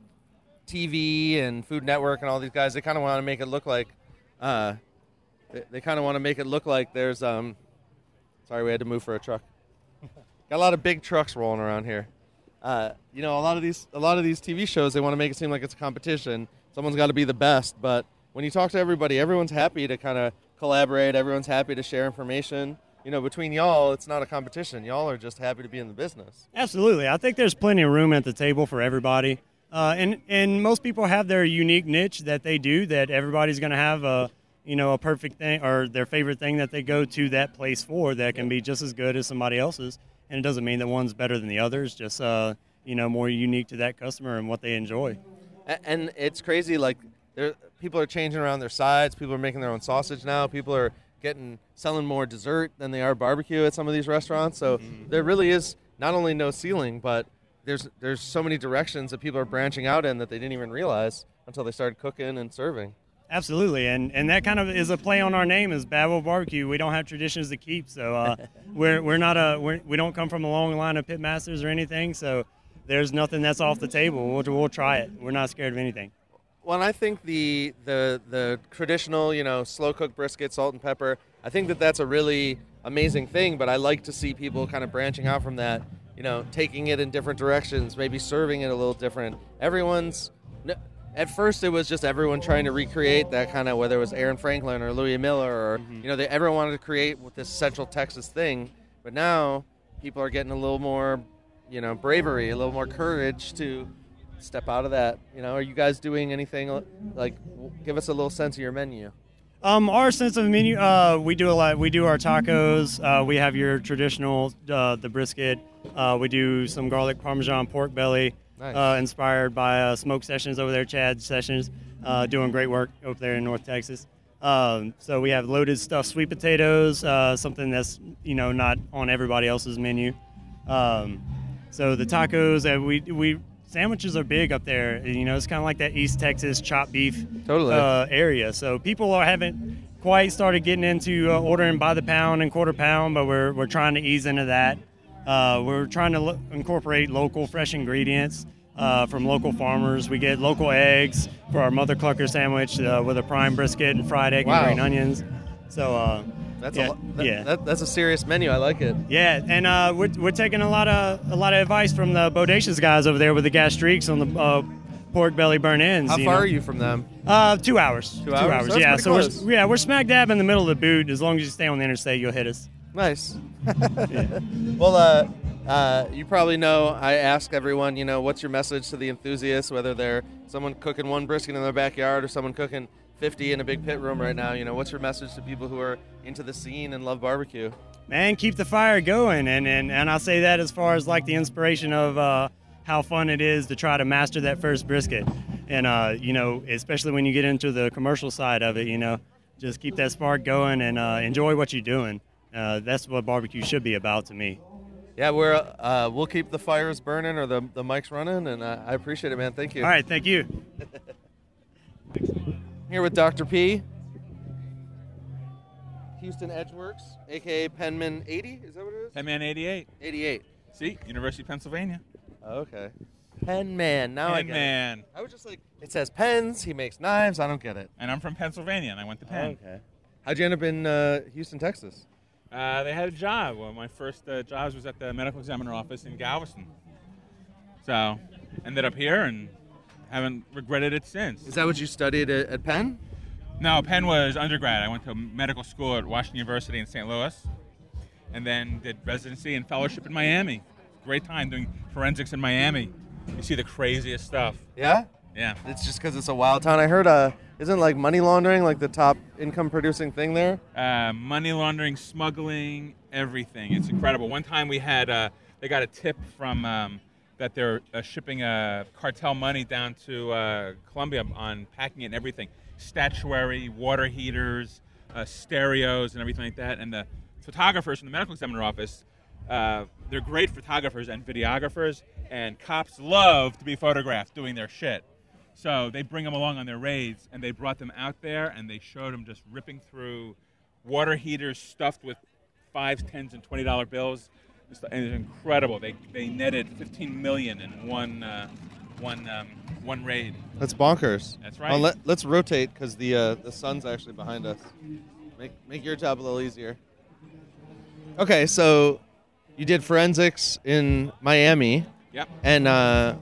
TV and Food Network and all these guys they kind of want to make it look like uh, they, they kind of want to make it look like there's um sorry we had to move for a truck got a lot of big trucks rolling around here uh, you know a lot of these a lot of these TV shows they want to make it seem like it's a competition someone's got to be the best but when you talk to everybody everyone's happy to kind of collaborate everyone's happy to share information you know between y'all it's not a competition y'all are just happy to be in the business.
Absolutely, I think there's plenty of room at the table for everybody, uh, and and most people have their unique niche that they do. That everybody's going to have a you know a perfect thing or their favorite thing that they go to that place for that can be just as good as somebody else's. And it doesn't mean that one's better than the others. Just uh, you know more unique to that customer and what they enjoy.
A- and it's crazy like there people are changing around their sides people are making their own sausage now people are getting selling more dessert than they are barbecue at some of these restaurants so there really is not only no ceiling but there's there's so many directions that people are branching out in that they didn't even realize until they started cooking and serving
Absolutely, and and that kind of is a play on our name is Babel Barbecue. We don't have traditions to keep, so uh, we're we're not a we're, we don't come from a long line of pit masters or anything. So there's nothing that's off the table. We'll, we'll try it. We're not scared of anything.
Well, and I think the the the traditional, you know, slow cooked brisket, salt and pepper. I think that that's a really amazing thing. But I like to see people kind of branching out from that, you know, taking it in different directions, maybe serving it a little different. Everyone's no- at first it was just everyone trying to recreate that kind of whether it was Aaron Franklin or Louis Miller or you know they everyone wanted to create with this Central Texas thing. But now people are getting a little more, you know, bravery, a little more courage to step out of that. You know, are you guys doing anything like? w- Give us a little sense of your menu.
Um, our sense of menu, uh, we do a lot. We do our tacos. Uh, we have your traditional, uh, the brisket. Uh, we do some garlic parmesan pork belly,
Nice.
uh, inspired by uh, Smoke Sessions over there, Chad Sessions, uh, doing great work over there in North Texas. Um, so we have loaded stuffed sweet potatoes, uh, something that's you know not on everybody else's menu. Um, so the tacos, uh, we we sandwiches are big up there. and, You know, it's kind of like that East Texas chopped beef
Totally.
uh, area. So people are haven't quite started getting into uh, ordering by the pound and quarter pound, but we're we're trying to ease into that. Uh, we're trying to lo- incorporate local fresh ingredients. Uh, from local farmers, we get local eggs for our mother clucker sandwich uh, with a prime brisket and fried egg
Wow.
and green onions. So uh,
That's a
yeah,
lo- that,
yeah.
that- that's a serious menu. I like it.
Yeah, and uh, we're, we're taking a lot of a lot of advice from the bodacious guys over there with the gastriques on the uh, pork belly burn ends.
How
you
far
know?
are you from them?
Uh, two hours.
Two hours? That's
yeah,
pretty
so
close.
we're yeah we're smack dab in the middle of the boot. As long as you stay on the interstate, you'll hit us.
Nice. well, uh, uh, you probably know I ask everyone, you know, what's your message to the enthusiasts, whether they're someone cooking one brisket in their backyard or someone cooking 50 in a big pit room right now? You know, what's your message to people who are into the scene and love barbecue?
Man, keep the fire going, and and and I say that as far as like the inspiration of uh, how fun it is to try to master that first brisket, and uh, you know especially when you get into the commercial side of it, you know, just keep that spark going and uh, enjoy what you're doing. Uh, that's what barbecue should be about to me.
Yeah, we're, uh, we'll keep the fires burning or the, the mics running, and uh, I appreciate it, man. Thank you.
All right, thank you.
Here with Dr. P. Houston Edgeworks, aka Penman 80, is that what it is?
Penman 88.
88.
See, University of Pennsylvania.
Okay. Penman, now I get it.
Penman.
I was just like, it says pens, he makes knives, I don't get it.
And I'm from Pennsylvania, and I went to Penn.
Okay. How'd you end up in uh, Houston, Texas?
Uh, they had a job. One of my first uh, jobs was at the medical examiner office in Galveston. So, ended up here and haven't regretted it since.
Is that what you studied at, at Penn?
No, Penn was undergrad. I went to medical school at Washington University in St. Louis, and then did residency and fellowship in Miami. Great time doing forensics in Miami. You see the craziest stuff.
Yeah?
Yeah.
It's just because it's a wild town. I heard, uh, isn't like money laundering like the top income producing thing there?
uh, money laundering, smuggling, everything. It's incredible. One time we had, uh, they got a tip from um, that they're uh, shipping uh, cartel money down to uh, Colombia on packing it and everything, statuary, water heaters, uh, stereos, and everything like that. And the photographers from the medical examiner office. Uh, they're great photographers and videographers, and cops love to be photographed doing their shit. So they bring them along on their raids, and they brought them out there, and they showed them just ripping through water heaters stuffed with fives, tens, and twenty dollar bills. It's, and it's incredible. They, they netted fifteen million in one uh, one um, one raid.
That's bonkers.
That's right.
Oh, let, us rotate because the uh, the sun's actually behind us. Make make your job a little easier. Okay, so you did forensics in Miami.
Yep.
And uh,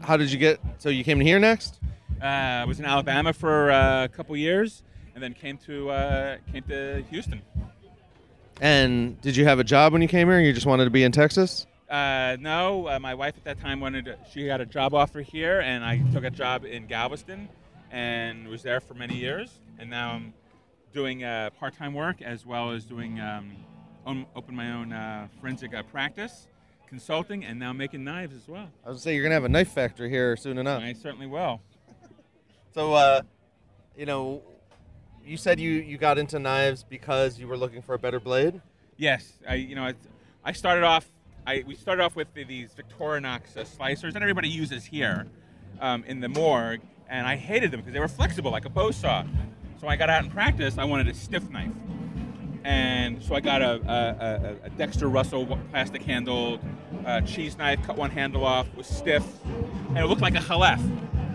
how did you get? So you came here next?
Uh, I was in Alabama for uh, a couple years, and then came to uh, came to Houston.
And did you have a job when you came here? You just wanted to be in Texas?
Uh, no, uh, my wife at that time wanted to, she got a job offer here, and I took a job in Galveston, and was there for many years. And now I'm doing uh, part-time work as well as doing um, own, open my own uh, forensic uh, practice, consulting, and now making knives as well.
I was gonna say you're gonna have a knife factory here soon enough.
I certainly will.
So, uh, you know, you said you you got into knives because you were looking for a better blade.
Yes, I you know I, I started off. I we started off with the, these Victorinox uh, slicers that everybody uses here um, in the morgue, and I hated them because they were flexible like a bow saw. So when I got out and practiced, I wanted a stiff knife, and so I got a, a, a, a Dexter Russell wa- plastic handled uh, cheese knife, cut one handle off, was stiff, and it looked like a halef.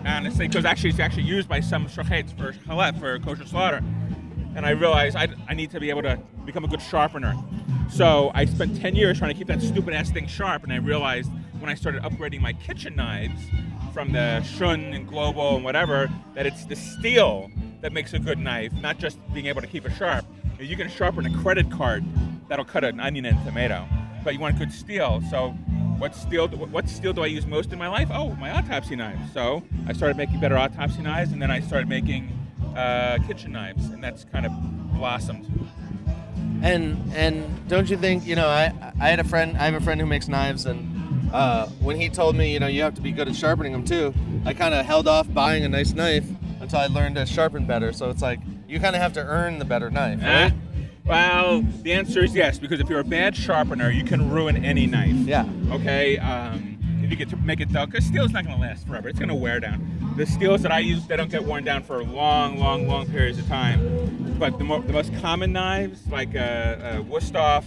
Honestly, because actually it's actually used by some shochet's for halef for kosher slaughter and I realized I, I need to be able to become a good sharpener. So I spent 10 years trying to keep that stupid ass thing sharp, and I realized when I started upgrading my kitchen knives from the Shun and Globo and whatever that it's the steel that makes a good knife, not just being able to keep it sharp. You can sharpen a credit card that'll cut an onion and tomato, but you want good steel. So what steel what steel do I use most in my life? Oh, my autopsy knives. So I started making better autopsy knives, and then I started making uh, kitchen knives, and that's kind of blossomed.
And and don't you think you know? I I had a friend. I have a friend who makes knives, and uh, when he told me you know you have to be good at sharpening them too, I kind of held off buying a nice knife until I learned to sharpen better. So it's like you kind of have to earn the better knife.
Huh? Well, the answer is yes, because if you're a bad sharpener, you can ruin any knife.
Yeah.
Okay. Um, if you get to make it dull, because steel's not going to last forever. It's going to wear down. The steels that I use, they don't get worn down for long, long, long periods of time. But the, mo- the most common knives, like uh, uh, Wusthof,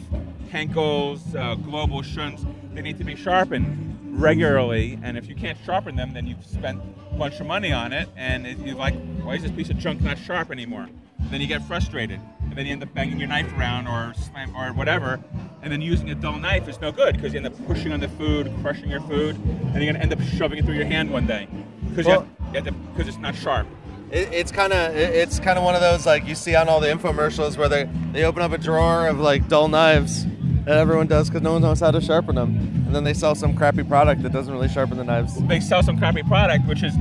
Henkels, uh, Global Shuns, they need to be sharpened regularly. And if you can't sharpen them, then you've spent a bunch of money on it, and it, you're like, why is this piece of junk not sharp anymore? Then you get frustrated, and then you end up banging your knife around or slam or whatever, and then using a dull knife is no good because you end up pushing on the food, crushing your food, and you're gonna end up shoving it through your hand one day because
Well-
because it's not sharp.
It, it's kind of it's kind of one of those like you see on all the infomercials where they they open up a drawer of like dull knives that everyone does because no one knows how to sharpen them, and then they sell some crappy product that doesn't really sharpen the knives.
They sell some crappy product which is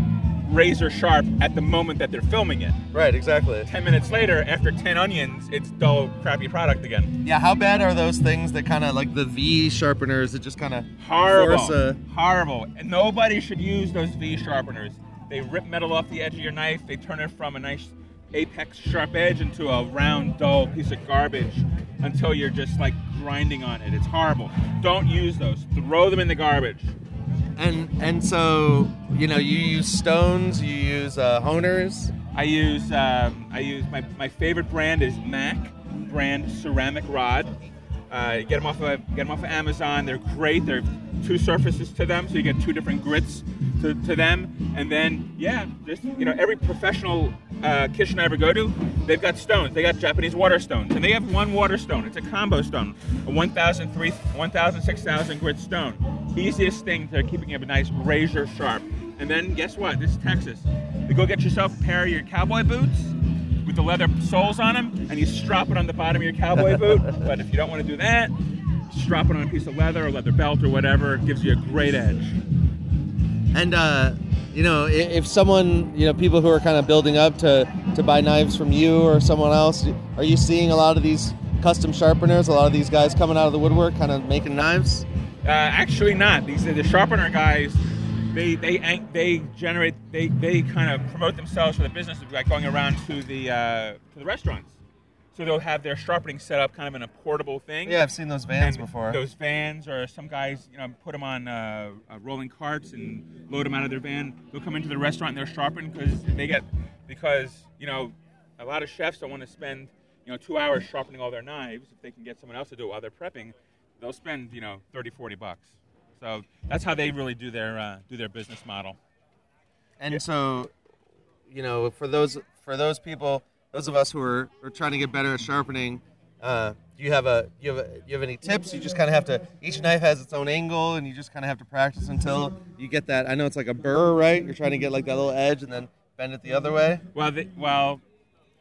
razor sharp at the moment that they're filming it.
Right, exactly.
Ten minutes later, after ten onions, it's dull, crappy product again.
Yeah, how bad are those things that kind of like the V sharpeners that just kind of
Horrible.
Force a,
Horrible. And nobody should use those V sharpeners. They rip metal off the edge of your knife. They turn it from a nice apex sharp edge into a round, dull piece of garbage until you're just like grinding on it. It's horrible. Don't use those. Throw them in the garbage.
and and so you know you use stones, you use uh, honers.
I use um, I use my, my favorite brand is Mac brand ceramic rod. Uh, get them off of get 'em off of Amazon. They're great. There are two surfaces to them, so you get two different grits to, to them. And then yeah, just you know every professional uh, kitchen I ever go to, they've got stones. They got Japanese water stones, and they have one water stone. It's a combo stone, a 1,000, 3 1,000, 6,000 grit stone. Easiest thing to keeping it nice razor sharp. And then guess what? This is Texas. You go get yourself a pair of your cowboy boots with the leather soles on them, and you strap it on the bottom of your cowboy boot. But if you don't want to do that, strap it on a piece of leather or leather belt or whatever. It gives you a great edge.
And uh, you know, i- if someone, you know, people who are kind of building up to to buy knives from you or someone else, are you seeing a lot of these custom sharpeners? A lot of these guys coming out of the woodwork, kind of making knives.
Uh, actually, not. These the sharpener guys. They they ang- they generate they they kind of promote themselves for the business of like going around to the uh, to the restaurants. So they'll have their sharpening set up kind of in a portable thing.
Yeah, I've seen those vans
And
before.
Those vans, or some guys, you know, put them on uh, uh, rolling carts and load them out of their van. They'll come into the restaurant and they're sharpened because they get because you know a lot of chefs don't want to spend you know two hours sharpening all their knives if they can get someone else to do it while they're prepping they'll spend you know 30 40 bucks so that's how they really do their uh, do their business model
And so, you know, for those for those people, those of us who are, are trying to get better at sharpening, uh, do you have a you have a, you have any tips? You just kind of have to. Each knife has its own angle, and you just kind of have to practice until you get that. I know it's like a burr, right? You're trying to get like that little edge, and then bend it the other way.
well the, well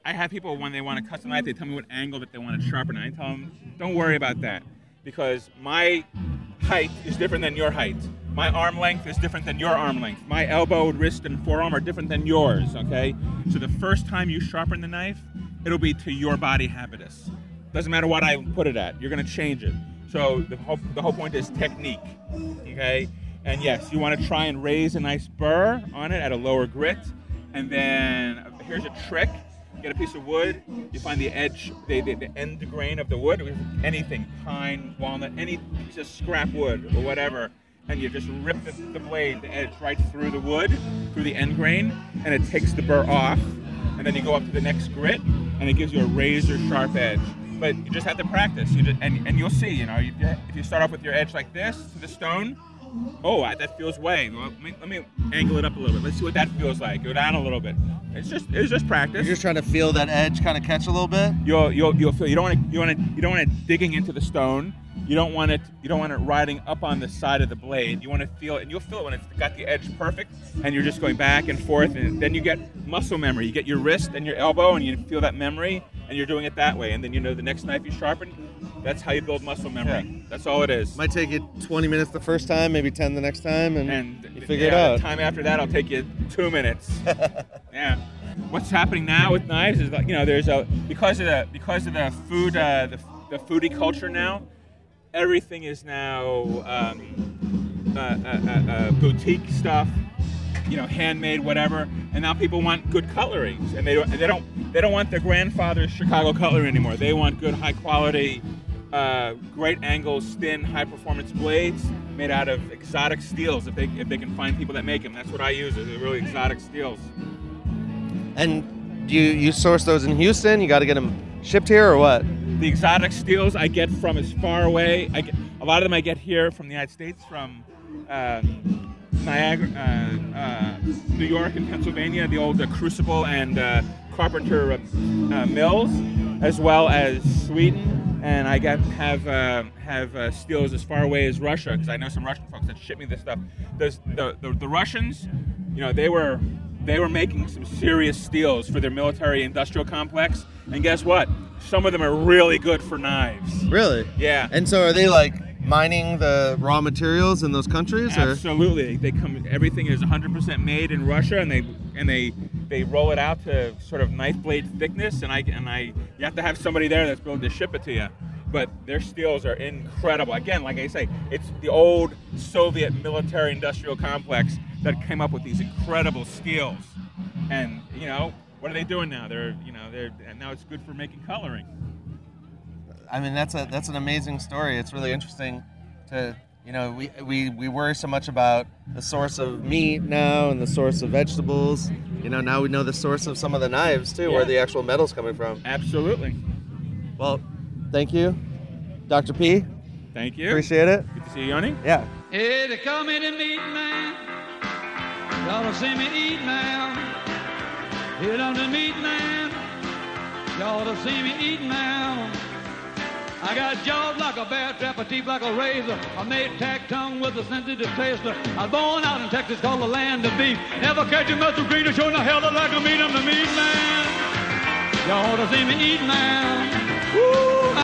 i have people when they want to custom knife they tell me what angle that they want to sharpen i tell them don't worry about that because my height is different than your height my arm length is different than your arm length my elbow wrist and forearm are different than yours okay so the first time you sharpen the knife it'll be to your body habitus doesn't matter what i put it at you're going to change it so the whole, the whole point is technique okay and yes you want to try and raise a nice burr on it at a lower grit and then uh, here's a trick get a piece of wood you find the edge the, the, the end grain of the wood with anything pine walnut any piece of scrap wood or whatever and you just rip the, the blade the edge right through the wood through the end grain and it takes the burr off and then you go up to the next grit and it gives you a razor sharp edge but you just have to practice you just, and, and you'll see you know you, if you start off with your edge like this to the stone oh, I, that feels way. Let me, let me angle it up a little bit. Let's see what that feels like. Go down a little bit. It's just it's just practice. You're
just trying to feel that edge, kind of catch a little bit.
You'll you'll you'll feel you don't want to you want to you don't want it digging into the stone. You don't want it you don't want it riding up on the side of the blade. You want to feel it, and you'll feel it when it's got the edge perfect, and you're just going back and forth, and then you get muscle memory. You get your wrist and your elbow, and you feel that memory, and you're doing it that way, and then you know the next knife you sharpen. That's how you build muscle memory. That's all it is.
Might take you 20 minutes the first time, maybe 10 the next time, and, you
yeah,
figure it out.
The time after that, I'll take you two minutes. yeah. What's happening now with knives is like you know there's a because of the because of the food uh, the, the foodie culture now, everything is now um, uh, uh, uh, uh, boutique stuff, you know, handmade whatever, and now people want good cutlery, and they don't they don't they don't want their grandfather's Chicago cutlery anymore. They want good high quality. Uh, great angles, thin, high-performance blades made out of exotic steels. If they if they can find people that make them, that's what I use. Is the really exotic steels.
And you you source those in Houston. You got to get them shipped here or what?
The exotic steels I get from as far away. I get a lot of them. I get here from the United States, from uh, Niagara, uh, uh, New York, and Pennsylvania. The old uh, crucible and uh, carpenter uh, uh, mills, as well as Sweden. And I get have uh, have uh, steels as far away as Russia because I know some Russian folks that ship me this stuff. There's, the, the the Russians, you know, they were they were making some serious steels for their military industrial complex. And guess what? Some of them are really good for knives.
Really?
Yeah.
And so are they like mining the raw materials in those countries? Or?
Absolutely, they come. Everything is 100% made in Russia, and they and they they roll it out to sort of knife blade thickness. And I and I you have to have somebody there that's willing to ship it to you. But their steels are incredible. Again, like I say, it's the old Soviet military-industrial complex that came up with these incredible steels. And you know what are they doing now? They're you know they're and now it's good for making coloring.
I mean, that's a that's an amazing story. It's really interesting to you know we we, we worry so much about the source of meat now and the source of vegetables. You know, now we know the source of some of the knives too, where
Yeah.
the actual metal's coming from.
Absolutely.
Well, thank you, Dr. P.
Thank you.
Appreciate it.
Good to see you, Yanni.
Yeah.
Hey, they call me the meat man. Y'all don't see me eat now. Hit on the meat man. Y'all don't see me eat now. I got jaws like a bear trap, a teeth like a razor. I made tack tongue with a sensitive taster. I was born out in Texas called the land of beef. Never catch a muscle greener, showing the hell like a meat. I'm the meat man. Y'all ought to see me eat now. Woo!